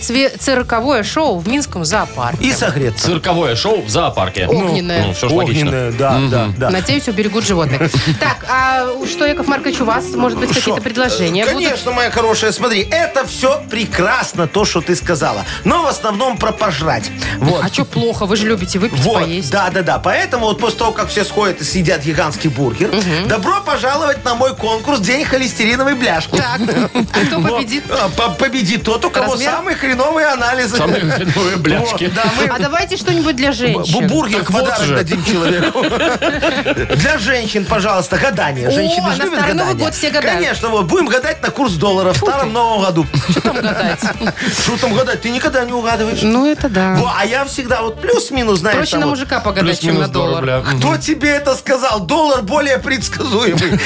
Speaker 3: огненно-цирковое шоу в Минском зоопарке.
Speaker 4: И согреться.
Speaker 2: Цирковое шоу в зоопарке.
Speaker 3: Огненное.
Speaker 2: Ну, все ж логично.
Speaker 4: Огненное, да, да, да.
Speaker 3: Надеюсь, уберегут животных. Так, а что, Яков Маркович, у вас, может быть, какие-то
Speaker 4: Шо?
Speaker 3: предложения будут?
Speaker 4: Конечно, моя хорошая, смотри, это все прекрасно, то, что ты сказала. Но в основном про пожрать. Вот.
Speaker 3: А что плохо? Вы же любите выпить,
Speaker 4: Вот,
Speaker 3: поесть.
Speaker 4: да, да, да. Поэтому вот после того, как все сходят и съедят гигантский бургер, добро пожаловать на мой конкурс «День холестериновой бляшки».
Speaker 3: Так, а кто
Speaker 4: Вот.
Speaker 3: победит?
Speaker 4: А, по- Победит тот, у кого
Speaker 3: Размер?
Speaker 4: самые хреновые анализы.
Speaker 2: Самые хреновые бляшки.
Speaker 4: Вот, да, мы-
Speaker 3: А давайте что-нибудь для
Speaker 4: Бу-
Speaker 3: женщин.
Speaker 4: Бургер в
Speaker 2: Так вот
Speaker 4: подарок
Speaker 2: же.
Speaker 4: дадим человеку.
Speaker 2: <laughs>
Speaker 4: Для женщин, пожалуйста, гадание.
Speaker 3: О,
Speaker 4: Женщины
Speaker 3: на
Speaker 4: же любят
Speaker 3: Старый Новый
Speaker 4: гадания.
Speaker 3: год все гадают.
Speaker 4: Конечно, вот, будем гадать на курс доллара в старом новом году.
Speaker 3: Что там гадать?
Speaker 4: <laughs> Что там гадать? Ты никогда не угадываешь.
Speaker 3: Ну, это да.
Speaker 4: Во, а я всегда вот плюс-минус, знаешь,
Speaker 3: Проще
Speaker 4: там
Speaker 3: на
Speaker 4: вот,
Speaker 3: мужика погадать, чем на
Speaker 2: Плюс-минус два
Speaker 3: доллар.
Speaker 2: рубля.
Speaker 4: Кто тебе это сказал? Доллар
Speaker 3: <laughs>
Speaker 4: более предсказуемый.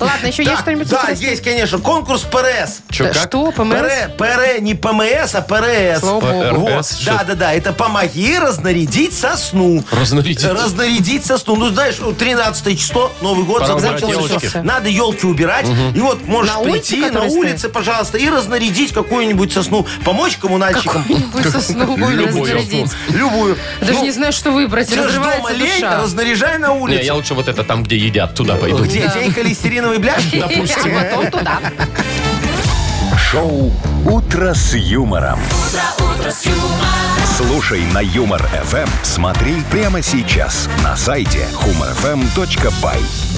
Speaker 3: Ладно, еще есть
Speaker 4: Да,
Speaker 3: что-нибудь
Speaker 4: Да,
Speaker 3: интересное?
Speaker 4: есть, конечно. Конкурс ПРС.
Speaker 2: Чё,
Speaker 3: Да
Speaker 2: как?
Speaker 3: Что, ПМС?
Speaker 4: ПР, ПР, не ПМС, а ПРС.
Speaker 3: Слава богу.
Speaker 4: Вот,
Speaker 2: РС,
Speaker 4: да,
Speaker 2: что?
Speaker 4: да, да, это помоги разнарядить сосну.
Speaker 2: Разнарядить?
Speaker 4: Разнарядить сосну. Ну, знаешь, 13 число, Новый год,
Speaker 2: Пора
Speaker 4: закончился.
Speaker 2: убирать елочки.
Speaker 4: Всё. Надо елки убирать. И вот можешь
Speaker 3: На улице,
Speaker 4: прийти на
Speaker 3: которая
Speaker 4: улице, пожалуйста, и разнарядить какую-нибудь сосну. Помочь коммунальщикам.
Speaker 3: Какую-нибудь сосну
Speaker 2: Любую.
Speaker 3: разрядить.
Speaker 4: Любую.
Speaker 3: Даже
Speaker 4: Ну,
Speaker 3: не знаю, что выбрать.
Speaker 4: сидишь
Speaker 3: Разрывается
Speaker 4: дома лень,
Speaker 3: душа.
Speaker 4: разнаряжай на
Speaker 2: Не,
Speaker 4: улице.
Speaker 2: я лучше вот это там, где едят, туда пойду.
Speaker 4: Где день
Speaker 3: <laughs>
Speaker 4: холестериновой бляшки?
Speaker 2: Допустим.
Speaker 3: А потом туда.
Speaker 1: Шоу «Утро с юмором». Слушай на Юмор ФМ. Смотри прямо сейчас на сайте humorfm.by.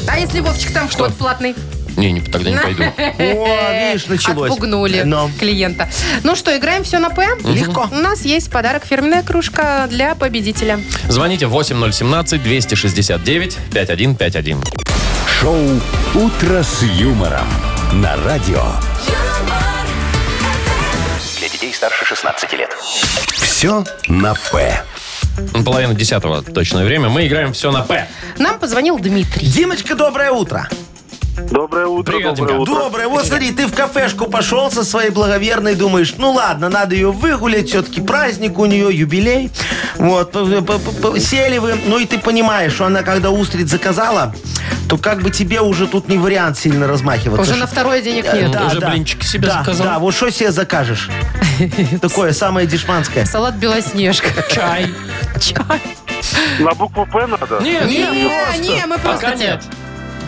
Speaker 3: А если Вовчик там вход платный?
Speaker 2: Не, не, тогда не
Speaker 3: <laughs>
Speaker 2: пойду.
Speaker 4: О, видишь, началось.
Speaker 3: Отпугнули
Speaker 4: Но.
Speaker 3: клиента. Ну что, играем все на П?
Speaker 4: Легко.
Speaker 3: У нас есть подарок фирменная кружка для победителя.
Speaker 2: Звоните 8017-269-5151.
Speaker 1: Шоу «Утро с юмором» на радио.
Speaker 9: юмор,
Speaker 5: Для детей старше 16 лет.
Speaker 1: Все на «П».
Speaker 2: Ну, Половина десятого точное время. Мы играем все на П.
Speaker 3: Нам позвонил Дмитрий.
Speaker 4: Димочка, доброе утро.
Speaker 8: Доброе утро,
Speaker 2: Привет,
Speaker 8: доброе
Speaker 2: Димка.
Speaker 8: утро.
Speaker 4: Доброе. Вот смотри, ты в кафешку пошел со своей благоверной, думаешь, ну ладно, надо ее выгулять, все-таки праздник у нее, юбилей. Вот, п- п- п- п- сели вы, ну и ты понимаешь, что она когда устриц заказала, то как бы тебе уже тут не вариант сильно размахиваться.
Speaker 3: Уже на второй денег
Speaker 4: Э,
Speaker 3: нет.
Speaker 4: да,
Speaker 2: Уже
Speaker 4: да.
Speaker 2: блинчики себе
Speaker 4: Да,
Speaker 2: заказал?
Speaker 4: Да, вот что
Speaker 3: <laughs>
Speaker 4: себе закажешь? Такое самое дешманское.
Speaker 3: Салат Белоснежка.
Speaker 2: Чай.
Speaker 4: <laughs>
Speaker 3: Чай.
Speaker 8: На букву П надо?
Speaker 2: Нет,
Speaker 3: Не, не, мы просто...
Speaker 2: пока нет.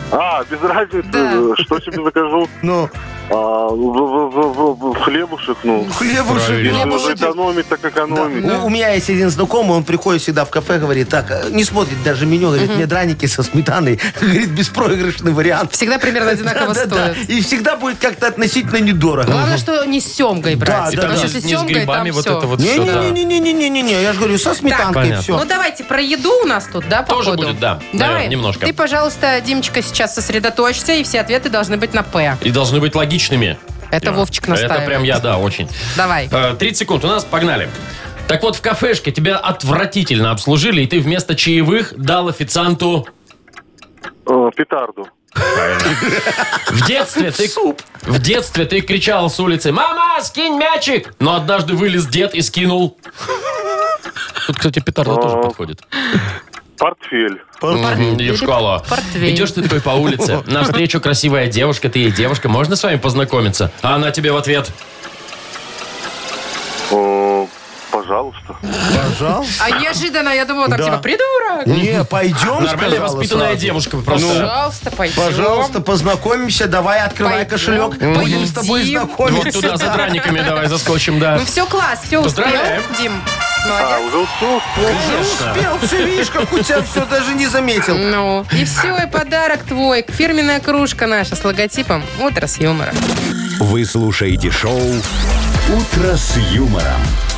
Speaker 8: А, без разницы,
Speaker 3: Да.
Speaker 8: что себе закажу.
Speaker 4: Ну,
Speaker 8: А, в- в- в- в- в хлебушек, ну.
Speaker 4: хлебушек.
Speaker 2: Правильно.
Speaker 8: Если уже
Speaker 4: хлебушек.
Speaker 8: экономить, так экономить.
Speaker 4: У, у меня есть один знакомый, он приходит всегда в кафе, говорит, так, э, не смотрит даже меню, говорит, мне драники со сметаной, <laughs> говорит, беспроигрышный вариант.
Speaker 3: Всегда примерно одинаково
Speaker 4: Да-да-да.
Speaker 3: стоит.
Speaker 4: И всегда будет как-то относительно недорого.
Speaker 3: Главное, что не с семгой брать.
Speaker 4: А, Да, да,
Speaker 3: потому
Speaker 4: да.
Speaker 3: что если
Speaker 2: Не Типа с
Speaker 3: семгой,
Speaker 2: грибами
Speaker 3: там
Speaker 2: вот
Speaker 3: все.
Speaker 2: это вот все. да.
Speaker 4: Не-не-не-не-не-не-не, я же говорю, со сметанкой
Speaker 2: понятно.
Speaker 4: все.
Speaker 3: Ну давайте про еду у нас тут, да,
Speaker 2: Тоже
Speaker 3: походу?
Speaker 2: будет, да.
Speaker 3: Давай.
Speaker 2: Наверное, немножко.
Speaker 3: Ты, пожалуйста, Димочка, сейчас сосредоточься, и все ответы должны быть на П.
Speaker 2: И должны быть логичными.
Speaker 3: Это
Speaker 2: Вера.
Speaker 3: Вовчик
Speaker 2: Это
Speaker 3: настаивает.
Speaker 2: прям я, да, очень.
Speaker 3: Давай.
Speaker 2: Э, 30 секунд, у нас погнали. Так вот, в кафешке тебя отвратительно обслужили, и ты вместо чаевых дал официанту...
Speaker 8: Э, Петарду.
Speaker 2: В детстве ты... В детстве ты кричал с улицы «Мама, скинь мячик!» Но однажды вылез дед и скинул... Тут, кстати, петарда тоже подходит.
Speaker 8: Портфель.
Speaker 2: Мгм, И в школу.
Speaker 3: Портвейн.
Speaker 2: Идешь ты такой по улице, навстречу красивая девушка, ты ей девушка, можно с вами познакомиться? А она тебе в ответ...
Speaker 8: Э, Пожалуйста.
Speaker 4: Пожалуйста.
Speaker 3: А неожиданно, я думала, так
Speaker 4: Да.
Speaker 3: типа, придурок.
Speaker 4: Не, пойдем,
Speaker 2: Нормальная
Speaker 4: сказала
Speaker 2: воспитанная
Speaker 4: сразу.
Speaker 2: девушка просто.
Speaker 3: Пожалуйста, пойдем.
Speaker 4: Ну, Пожалуйста, познакомимся, давай открывай
Speaker 3: Пойдем,
Speaker 4: кошелек, будем с тобой
Speaker 3: поедим.
Speaker 2: Вот
Speaker 4: знакомиться.
Speaker 2: туда за драниками давай заскочим, да.
Speaker 3: Ну все, класс, все успел,
Speaker 2: Поздравляем.
Speaker 3: Дим.
Speaker 8: А,
Speaker 3: Молодец.
Speaker 8: уже успел?
Speaker 4: Уже успел, все, видишь, как у тебя все даже не заметил.
Speaker 3: Ну, и все, и подарок твой. Фирменная кружка наша с логотипом «Утро с юмора».
Speaker 1: Вы слушаете шоу «Утро с юмором»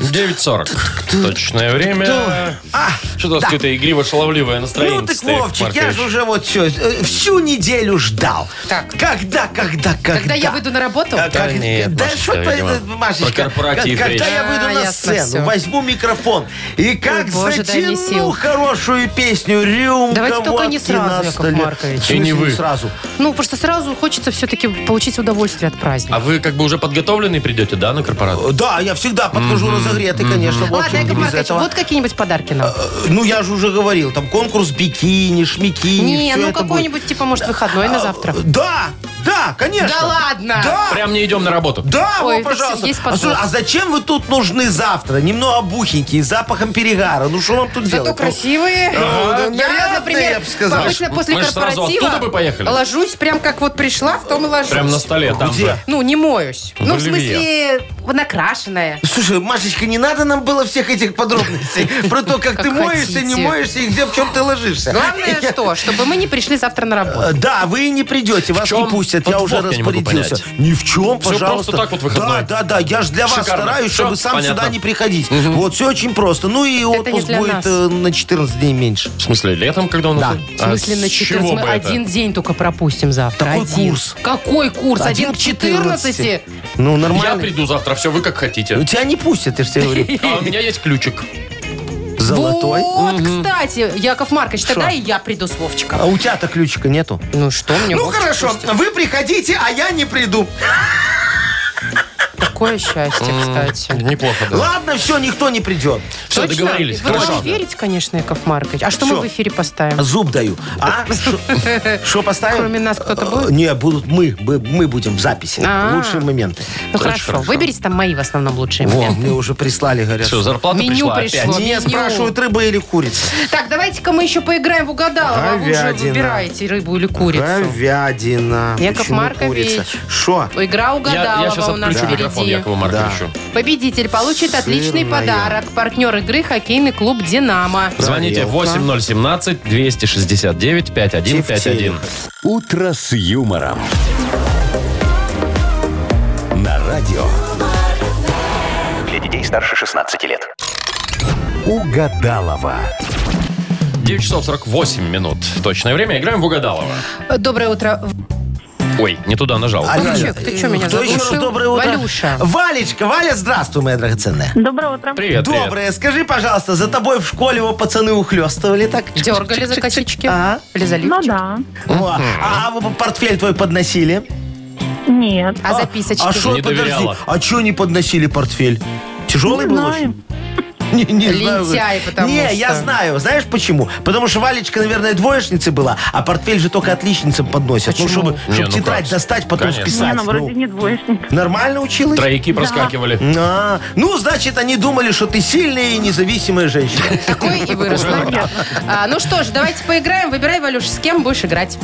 Speaker 2: 9.40. Точное время.
Speaker 4: А,
Speaker 2: Что-то
Speaker 4: да.
Speaker 2: какое-то игриво-шаловливое настроение.
Speaker 4: Ну так,
Speaker 2: стоит,
Speaker 4: Вовчик, я
Speaker 2: Маркович.
Speaker 4: же уже вот все, всю неделю ждал.
Speaker 3: Так.
Speaker 4: Когда, когда, когда?
Speaker 3: Когда я выйду на работу?
Speaker 4: А как-
Speaker 2: нет,
Speaker 4: да
Speaker 2: Машечка,
Speaker 4: что ты,
Speaker 2: видимо,
Speaker 4: э, Машечка,
Speaker 2: про корпоратив
Speaker 4: как- когда
Speaker 2: речь.
Speaker 4: я выйду
Speaker 3: А,
Speaker 4: на
Speaker 3: ясно
Speaker 4: сцену,
Speaker 3: всё.
Speaker 4: возьму микрофон и как
Speaker 3: боже, дай мне
Speaker 4: затяну
Speaker 3: сил.
Speaker 4: хорошую песню «Рюмка
Speaker 3: Давайте только не
Speaker 4: водки
Speaker 3: сразу,
Speaker 4: на
Speaker 3: Яков
Speaker 4: столе».
Speaker 3: Маркович.
Speaker 4: В смысле,
Speaker 2: И не вы.
Speaker 4: сразу.
Speaker 3: Ну, потому что сразу хочется все-таки получить удовольствие от праздника.
Speaker 2: А вы как бы уже подготовленный придете, да, на корпорат?
Speaker 4: Да, я всегда подхожу разогретый, конечно, Вовчик,
Speaker 3: Ладно, Яков
Speaker 4: без
Speaker 3: Маркович,
Speaker 4: этого.
Speaker 3: вот какие-нибудь подарки нам.
Speaker 4: Э, Ну, я же уже говорил, там конкурс бикини, шмикини,
Speaker 3: Не,
Speaker 4: всё
Speaker 3: ну
Speaker 4: это будет.
Speaker 3: какой-нибудь, типа, может, выходной на завтра.
Speaker 4: Да, да, конечно.
Speaker 3: Да ладно?
Speaker 4: Да,
Speaker 2: Прям не идем на работу.
Speaker 4: Да,
Speaker 3: Ой,
Speaker 4: вот,
Speaker 3: это всё,
Speaker 4: пожалуйста.
Speaker 3: есть
Speaker 4: а,
Speaker 3: подвох.
Speaker 4: слушай, а зачем вы тут нужны завтра? Немного бухенькие, с запахом перегара. Ну что вам тут
Speaker 3: Зато
Speaker 4: делать? Ну,
Speaker 3: красивые.
Speaker 4: Ага.
Speaker 3: Я,
Speaker 4: Нарядные, я
Speaker 3: например,
Speaker 4: бы сказал.
Speaker 3: обычно
Speaker 2: Мы ж-
Speaker 3: после
Speaker 2: мы ж сразу
Speaker 3: корпоратива
Speaker 2: оттуда бы поехали.
Speaker 3: ложусь прям как вот пришла, в том и ложусь.
Speaker 2: Прям на столе там
Speaker 4: Где?
Speaker 2: же.
Speaker 3: Ну, не моюсь. Ну, в
Speaker 2: Боливия.
Speaker 3: смысле, накрашенная.
Speaker 4: Слушай, Машечка, не надо нам было всех этих подробностей
Speaker 2: <laughs>
Speaker 4: про то, как
Speaker 3: Как
Speaker 4: ты моешься, не
Speaker 3: хотите.
Speaker 4: моешься и где в чем ты
Speaker 3: <laughs>
Speaker 4: ложишься.
Speaker 3: Главное
Speaker 4: Я-
Speaker 3: что, чтобы мы не пришли завтра на работу.
Speaker 4: Э, Да, вы не придете, вас
Speaker 2: чем
Speaker 4: не пустят, я уже
Speaker 2: подвох, я не могу
Speaker 4: распорядился.
Speaker 2: понять.
Speaker 4: Ни в чем,
Speaker 2: Всё
Speaker 4: пожалуйста.
Speaker 2: просто так вот выходной.
Speaker 4: Да, да, да, я же для вас
Speaker 2: Шикарно.
Speaker 4: стараюсь,
Speaker 2: Всё,
Speaker 4: чтобы сам
Speaker 2: понятно.
Speaker 4: сюда не приходить. Вот, все очень просто. Ну и
Speaker 3: не
Speaker 4: отпуск
Speaker 3: для нас.
Speaker 4: будет э, на 14 дней меньше.
Speaker 2: В смысле, летом, когда он...
Speaker 4: Да.
Speaker 2: уходит?
Speaker 3: В смысле,
Speaker 2: А
Speaker 3: на
Speaker 2: с чего
Speaker 3: 14 мы
Speaker 2: бы это?
Speaker 3: один день только пропустим завтра.
Speaker 4: Такой
Speaker 3: Один.
Speaker 4: курс.
Speaker 3: Какой курс? Один к 14?
Speaker 4: Ну,
Speaker 2: Я
Speaker 4: нормально.
Speaker 2: приду завтра, все, вы как
Speaker 4: Ну,
Speaker 2: хотите.
Speaker 4: тебя не пустят, я же
Speaker 3: <laughs>
Speaker 4: тебе говорю.
Speaker 2: А у меня есть ключик.
Speaker 4: Золотой.
Speaker 3: Вот, кстати, Яков Маркович, тогда
Speaker 4: Шо?
Speaker 3: и я приду с Вовчиком.
Speaker 4: А у тебя-то ключика нету.
Speaker 3: Ну что мне
Speaker 4: Ну
Speaker 3: Вовчик,
Speaker 4: хорошо,
Speaker 3: слушайте,
Speaker 4: вы приходите, а я не приду.
Speaker 3: Какое счастье, кстати.
Speaker 2: Неплохо, да.
Speaker 4: Ладно, все, никто не придет.
Speaker 2: Все,
Speaker 3: Точно?
Speaker 2: договорились.
Speaker 3: Вы должны
Speaker 2: Хорошо.
Speaker 3: верить, конечно, Яков Маркович. А что мы
Speaker 4: Всё.
Speaker 3: в эфире поставим?
Speaker 4: Зуб даю. А? Что поставим?
Speaker 3: Кроме нас кто-то будет?
Speaker 4: Э, Не, будут мы. Мы мы будем в записи.
Speaker 3: А.
Speaker 4: Лучшие моменты.
Speaker 2: Э,
Speaker 3: Ну хорошо, выберите там мои в основном лучшие
Speaker 4: Во,
Speaker 3: моменты.
Speaker 4: мне уже прислали, говорят.
Speaker 2: Все,
Speaker 4: что-
Speaker 2: зарплата
Speaker 3: Меню
Speaker 2: пришла
Speaker 3: пришло.
Speaker 2: опять.
Speaker 4: Не
Speaker 3: меню.
Speaker 4: спрашивают, рыба или курица.
Speaker 3: Так, давайте-ка мы еще поиграем в угадалово. Вы уже
Speaker 4: Говядина.
Speaker 3: выбираете рыбу или курицу.
Speaker 4: Говядина.
Speaker 3: Яков
Speaker 4: Почему
Speaker 3: Маркович.
Speaker 4: курица? Что?
Speaker 3: Игра
Speaker 2: Я- я
Speaker 3: угадалова
Speaker 2: щас
Speaker 3: у нас
Speaker 2: отключу микрофон,
Speaker 3: впереди.
Speaker 2: Якову Марковичу.
Speaker 3: Победитель получит отличный
Speaker 4: Жирная.
Speaker 3: подарок. Партнер игры «Хоккейный клуб «Динамо».
Speaker 2: Звоните 8017-269-5151.
Speaker 1: «Утро с юмором». На радио
Speaker 5: Для детей старше 16 лет.
Speaker 1: «Угадалова».
Speaker 2: 9 часов 48 минут. Точное время. Играем в Угадалова.
Speaker 3: Э, Доброе утро.
Speaker 2: Ой, не туда нажал.
Speaker 3: Вовчик, ты чё, меня
Speaker 4: Кто еще раз
Speaker 3: заглушил?
Speaker 4: доброе утро?
Speaker 3: Валюша.
Speaker 4: Валечка, Валя, здравствуй, моя драгоценная.
Speaker 7: Доброе утро.
Speaker 2: Привет, привет.
Speaker 4: Доброе. Скажи, пожалуйста, за тобой в школе его пацаны ухлестывали так?
Speaker 3: Дергали за косички.
Speaker 4: А?
Speaker 3: Или за
Speaker 7: Ну
Speaker 3: лифчик?
Speaker 7: да.
Speaker 4: О, А вы портфель твой подносили?
Speaker 7: Нет.
Speaker 3: А за писочки?
Speaker 4: А что,
Speaker 2: Не
Speaker 4: подожди,
Speaker 2: доверяла.
Speaker 4: а что не подносили портфель? Тяжелый
Speaker 7: Не
Speaker 4: был
Speaker 7: знаю.
Speaker 4: очень? <laughs> Не, не знаю.
Speaker 3: Лентяй, потому
Speaker 4: Не,
Speaker 3: что.
Speaker 4: я знаю. Знаешь почему? Потому что Валечка, наверное, двоечница была, а портфель же только отличницам подносят.
Speaker 3: Почему?
Speaker 4: Ну, чтобы,
Speaker 2: Не,
Speaker 4: чтоб
Speaker 2: ну
Speaker 4: тетрадь
Speaker 2: как?
Speaker 4: достать, потом
Speaker 2: Конечно.
Speaker 7: Не,
Speaker 4: списать.
Speaker 7: ну
Speaker 4: Ну,
Speaker 7: вроде не двоечник.
Speaker 4: Нормально училась?
Speaker 2: Тройки проскакивали.
Speaker 4: А, ну, значит, они думали, что ты сильная и
Speaker 3: <laughs>
Speaker 4: независимая женщина.
Speaker 3: Такой и выросла. А, ну что ж, давайте поиграем. Выбирай, Валюш, с кем будешь играть.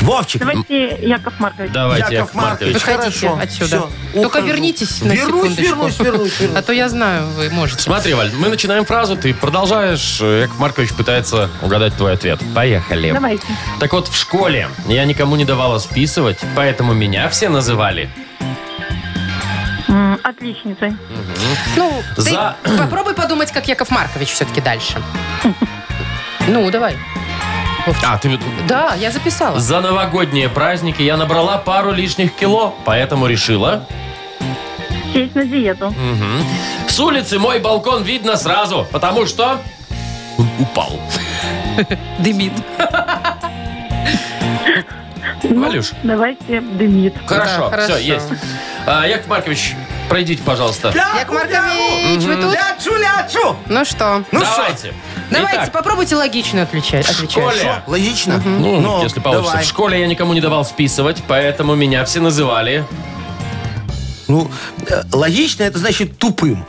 Speaker 4: Вовчик,
Speaker 7: Давайте Яков Маркович.
Speaker 2: Давайте, Яков Маркович.
Speaker 3: Выходите
Speaker 4: хорошо,
Speaker 3: отсюда.
Speaker 4: всё,
Speaker 3: Только
Speaker 4: ухожу.
Speaker 3: вернитесь на
Speaker 4: Вернусь,
Speaker 3: секундочку.
Speaker 4: вернусь, вернусь, вернусь.
Speaker 3: А то я знаю, вы можете.
Speaker 2: Смотри, Валь, мы начинаем фразу, ты продолжаешь. э, Яков Маркович пытается угадать твой ответ. Поехали.
Speaker 7: Давайте.
Speaker 2: Так вот, в школе я никому не давала списывать, поэтому меня все называли.
Speaker 7: М, Отличницей.
Speaker 3: Ну, ты
Speaker 2: За-
Speaker 3: попробуй подумать, как Яков Маркович все-таки дальше. Ну, давай.
Speaker 2: А, ты вот-
Speaker 3: Да, я записала.
Speaker 2: За новогодние праздники я набрала пару лишних кило, поэтому решила.
Speaker 7: Сесть на диету.
Speaker 2: С улицы мой балкон видно сразу, потому что... Упал.
Speaker 3: Дымит.
Speaker 2: Валюш,
Speaker 7: Ну, Давайте дымит.
Speaker 2: хорошо,
Speaker 3: Да, хорошо.
Speaker 2: все, есть. А, Яков Маркович, пройдите, пожалуйста.
Speaker 3: Яков Маркович, вы тут?
Speaker 4: Лячу, лячу!
Speaker 3: Ну что,
Speaker 4: Ну что,
Speaker 2: Давайте.
Speaker 3: давайте,
Speaker 2: Итак,
Speaker 3: попробуйте логично отвечать.
Speaker 2: в школе...
Speaker 4: логично?
Speaker 2: Ну, если получится.
Speaker 4: давай.
Speaker 2: В школе я никому не давал списывать, поэтому меня все называли...
Speaker 4: Ну, э, логично, это значит тупым.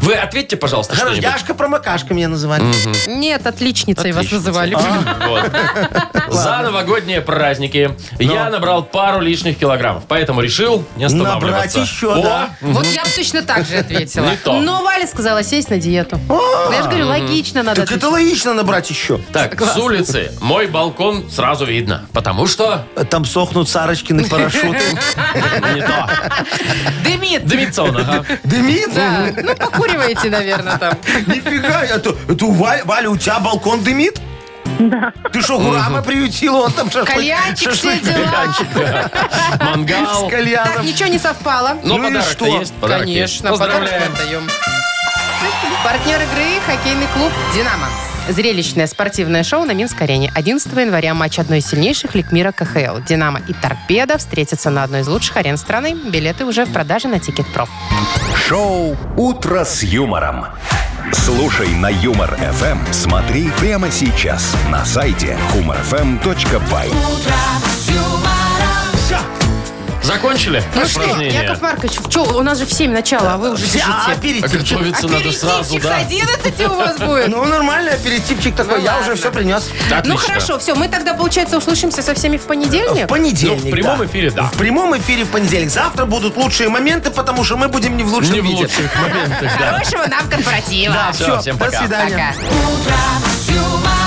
Speaker 2: Вы ответьте, пожалуйста, что-нибудь.
Speaker 4: Яшка промокашка меня называли.
Speaker 3: Нет, отличницей вас называли.
Speaker 2: А.
Speaker 4: <laughs>
Speaker 2: Вот. За новогодние праздники
Speaker 4: Ну.
Speaker 2: я набрал пару лишних килограммов, поэтому решил не останавливаться.
Speaker 4: Набрать еще,
Speaker 2: О,
Speaker 4: да.
Speaker 3: Вот я бы точно так же ответила.
Speaker 2: Не то.
Speaker 3: Но Валя сказала сесть на диету. Ну, Я же говорю, логично надо
Speaker 4: А. Так это
Speaker 3: отвечать.
Speaker 4: логично набрать еще.
Speaker 2: Так, с улицы мой балкон сразу видно, потому что
Speaker 4: Там сохнут Сарочкины
Speaker 2: <laughs>
Speaker 4: парашюты.
Speaker 2: не
Speaker 4: <laughs>
Speaker 2: то.
Speaker 3: Дымит.
Speaker 2: Дымится он, ага.
Speaker 4: Дымит?
Speaker 3: Да, ну покуриваете, наверное, там.
Speaker 4: Нифига, это, это у Вали- Валя, у тебя балкон дымит? Да. Ты что, Гурама приютила? Он там шашлык.
Speaker 3: Кальянчик, все
Speaker 4: шашлык-
Speaker 3: дела.
Speaker 2: Мангал.
Speaker 4: С кальяном.
Speaker 3: Так, ничего не совпало.
Speaker 2: Но
Speaker 4: Ну и
Speaker 2: подарок-то
Speaker 4: что?
Speaker 2: есть. подарок есть.
Speaker 3: Конечно, подарок
Speaker 2: Поздравляем.
Speaker 3: отдаем. Партнер игры – хоккейный клуб «Динамо». Зрелищное спортивное шоу на Минск-арене. 11 января матч одной из сильнейших лиг мира КХЛ. «Динамо» и «Торпедо» встретятся на одной из лучших арен страны. Билеты уже в продаже на Тикет.Про.
Speaker 1: Шоу «Утро с юмором». Слушай на Юмор ФМ. Смотри прямо сейчас на сайте humorfm.by.
Speaker 2: Закончили
Speaker 3: Ну что,
Speaker 2: упражнение?
Speaker 3: Яков Маркович, чё, у нас же в 7 начало, а вы уже бежите.
Speaker 4: А, аперитивчик.
Speaker 2: Готовиться надо сразу,
Speaker 3: Аперитивчик с
Speaker 2: да.
Speaker 3: 11 у вас будет.
Speaker 4: Ну, нормальный аперитивчик такой.
Speaker 3: Ну,
Speaker 4: Я
Speaker 3: ладно.
Speaker 4: уже все принес.
Speaker 2: Отлично.
Speaker 3: Ну хорошо, все, мы тогда, получается, услышимся со всеми в
Speaker 4: В
Speaker 3: понедельник.
Speaker 4: понедельник.
Speaker 2: Ну, в прямом
Speaker 4: да.
Speaker 2: эфире, да.
Speaker 4: В прямом эфире в понедельник. Завтра будут лучшие моменты, потому что мы будем не в лучшем
Speaker 2: Не в
Speaker 4: виде.
Speaker 2: лучших моментах, да.
Speaker 3: Хорошего нам корпоратива.
Speaker 2: Всё, всем
Speaker 4: До
Speaker 2: пока.
Speaker 4: свидания.
Speaker 3: Пока.
Speaker 9: юмор.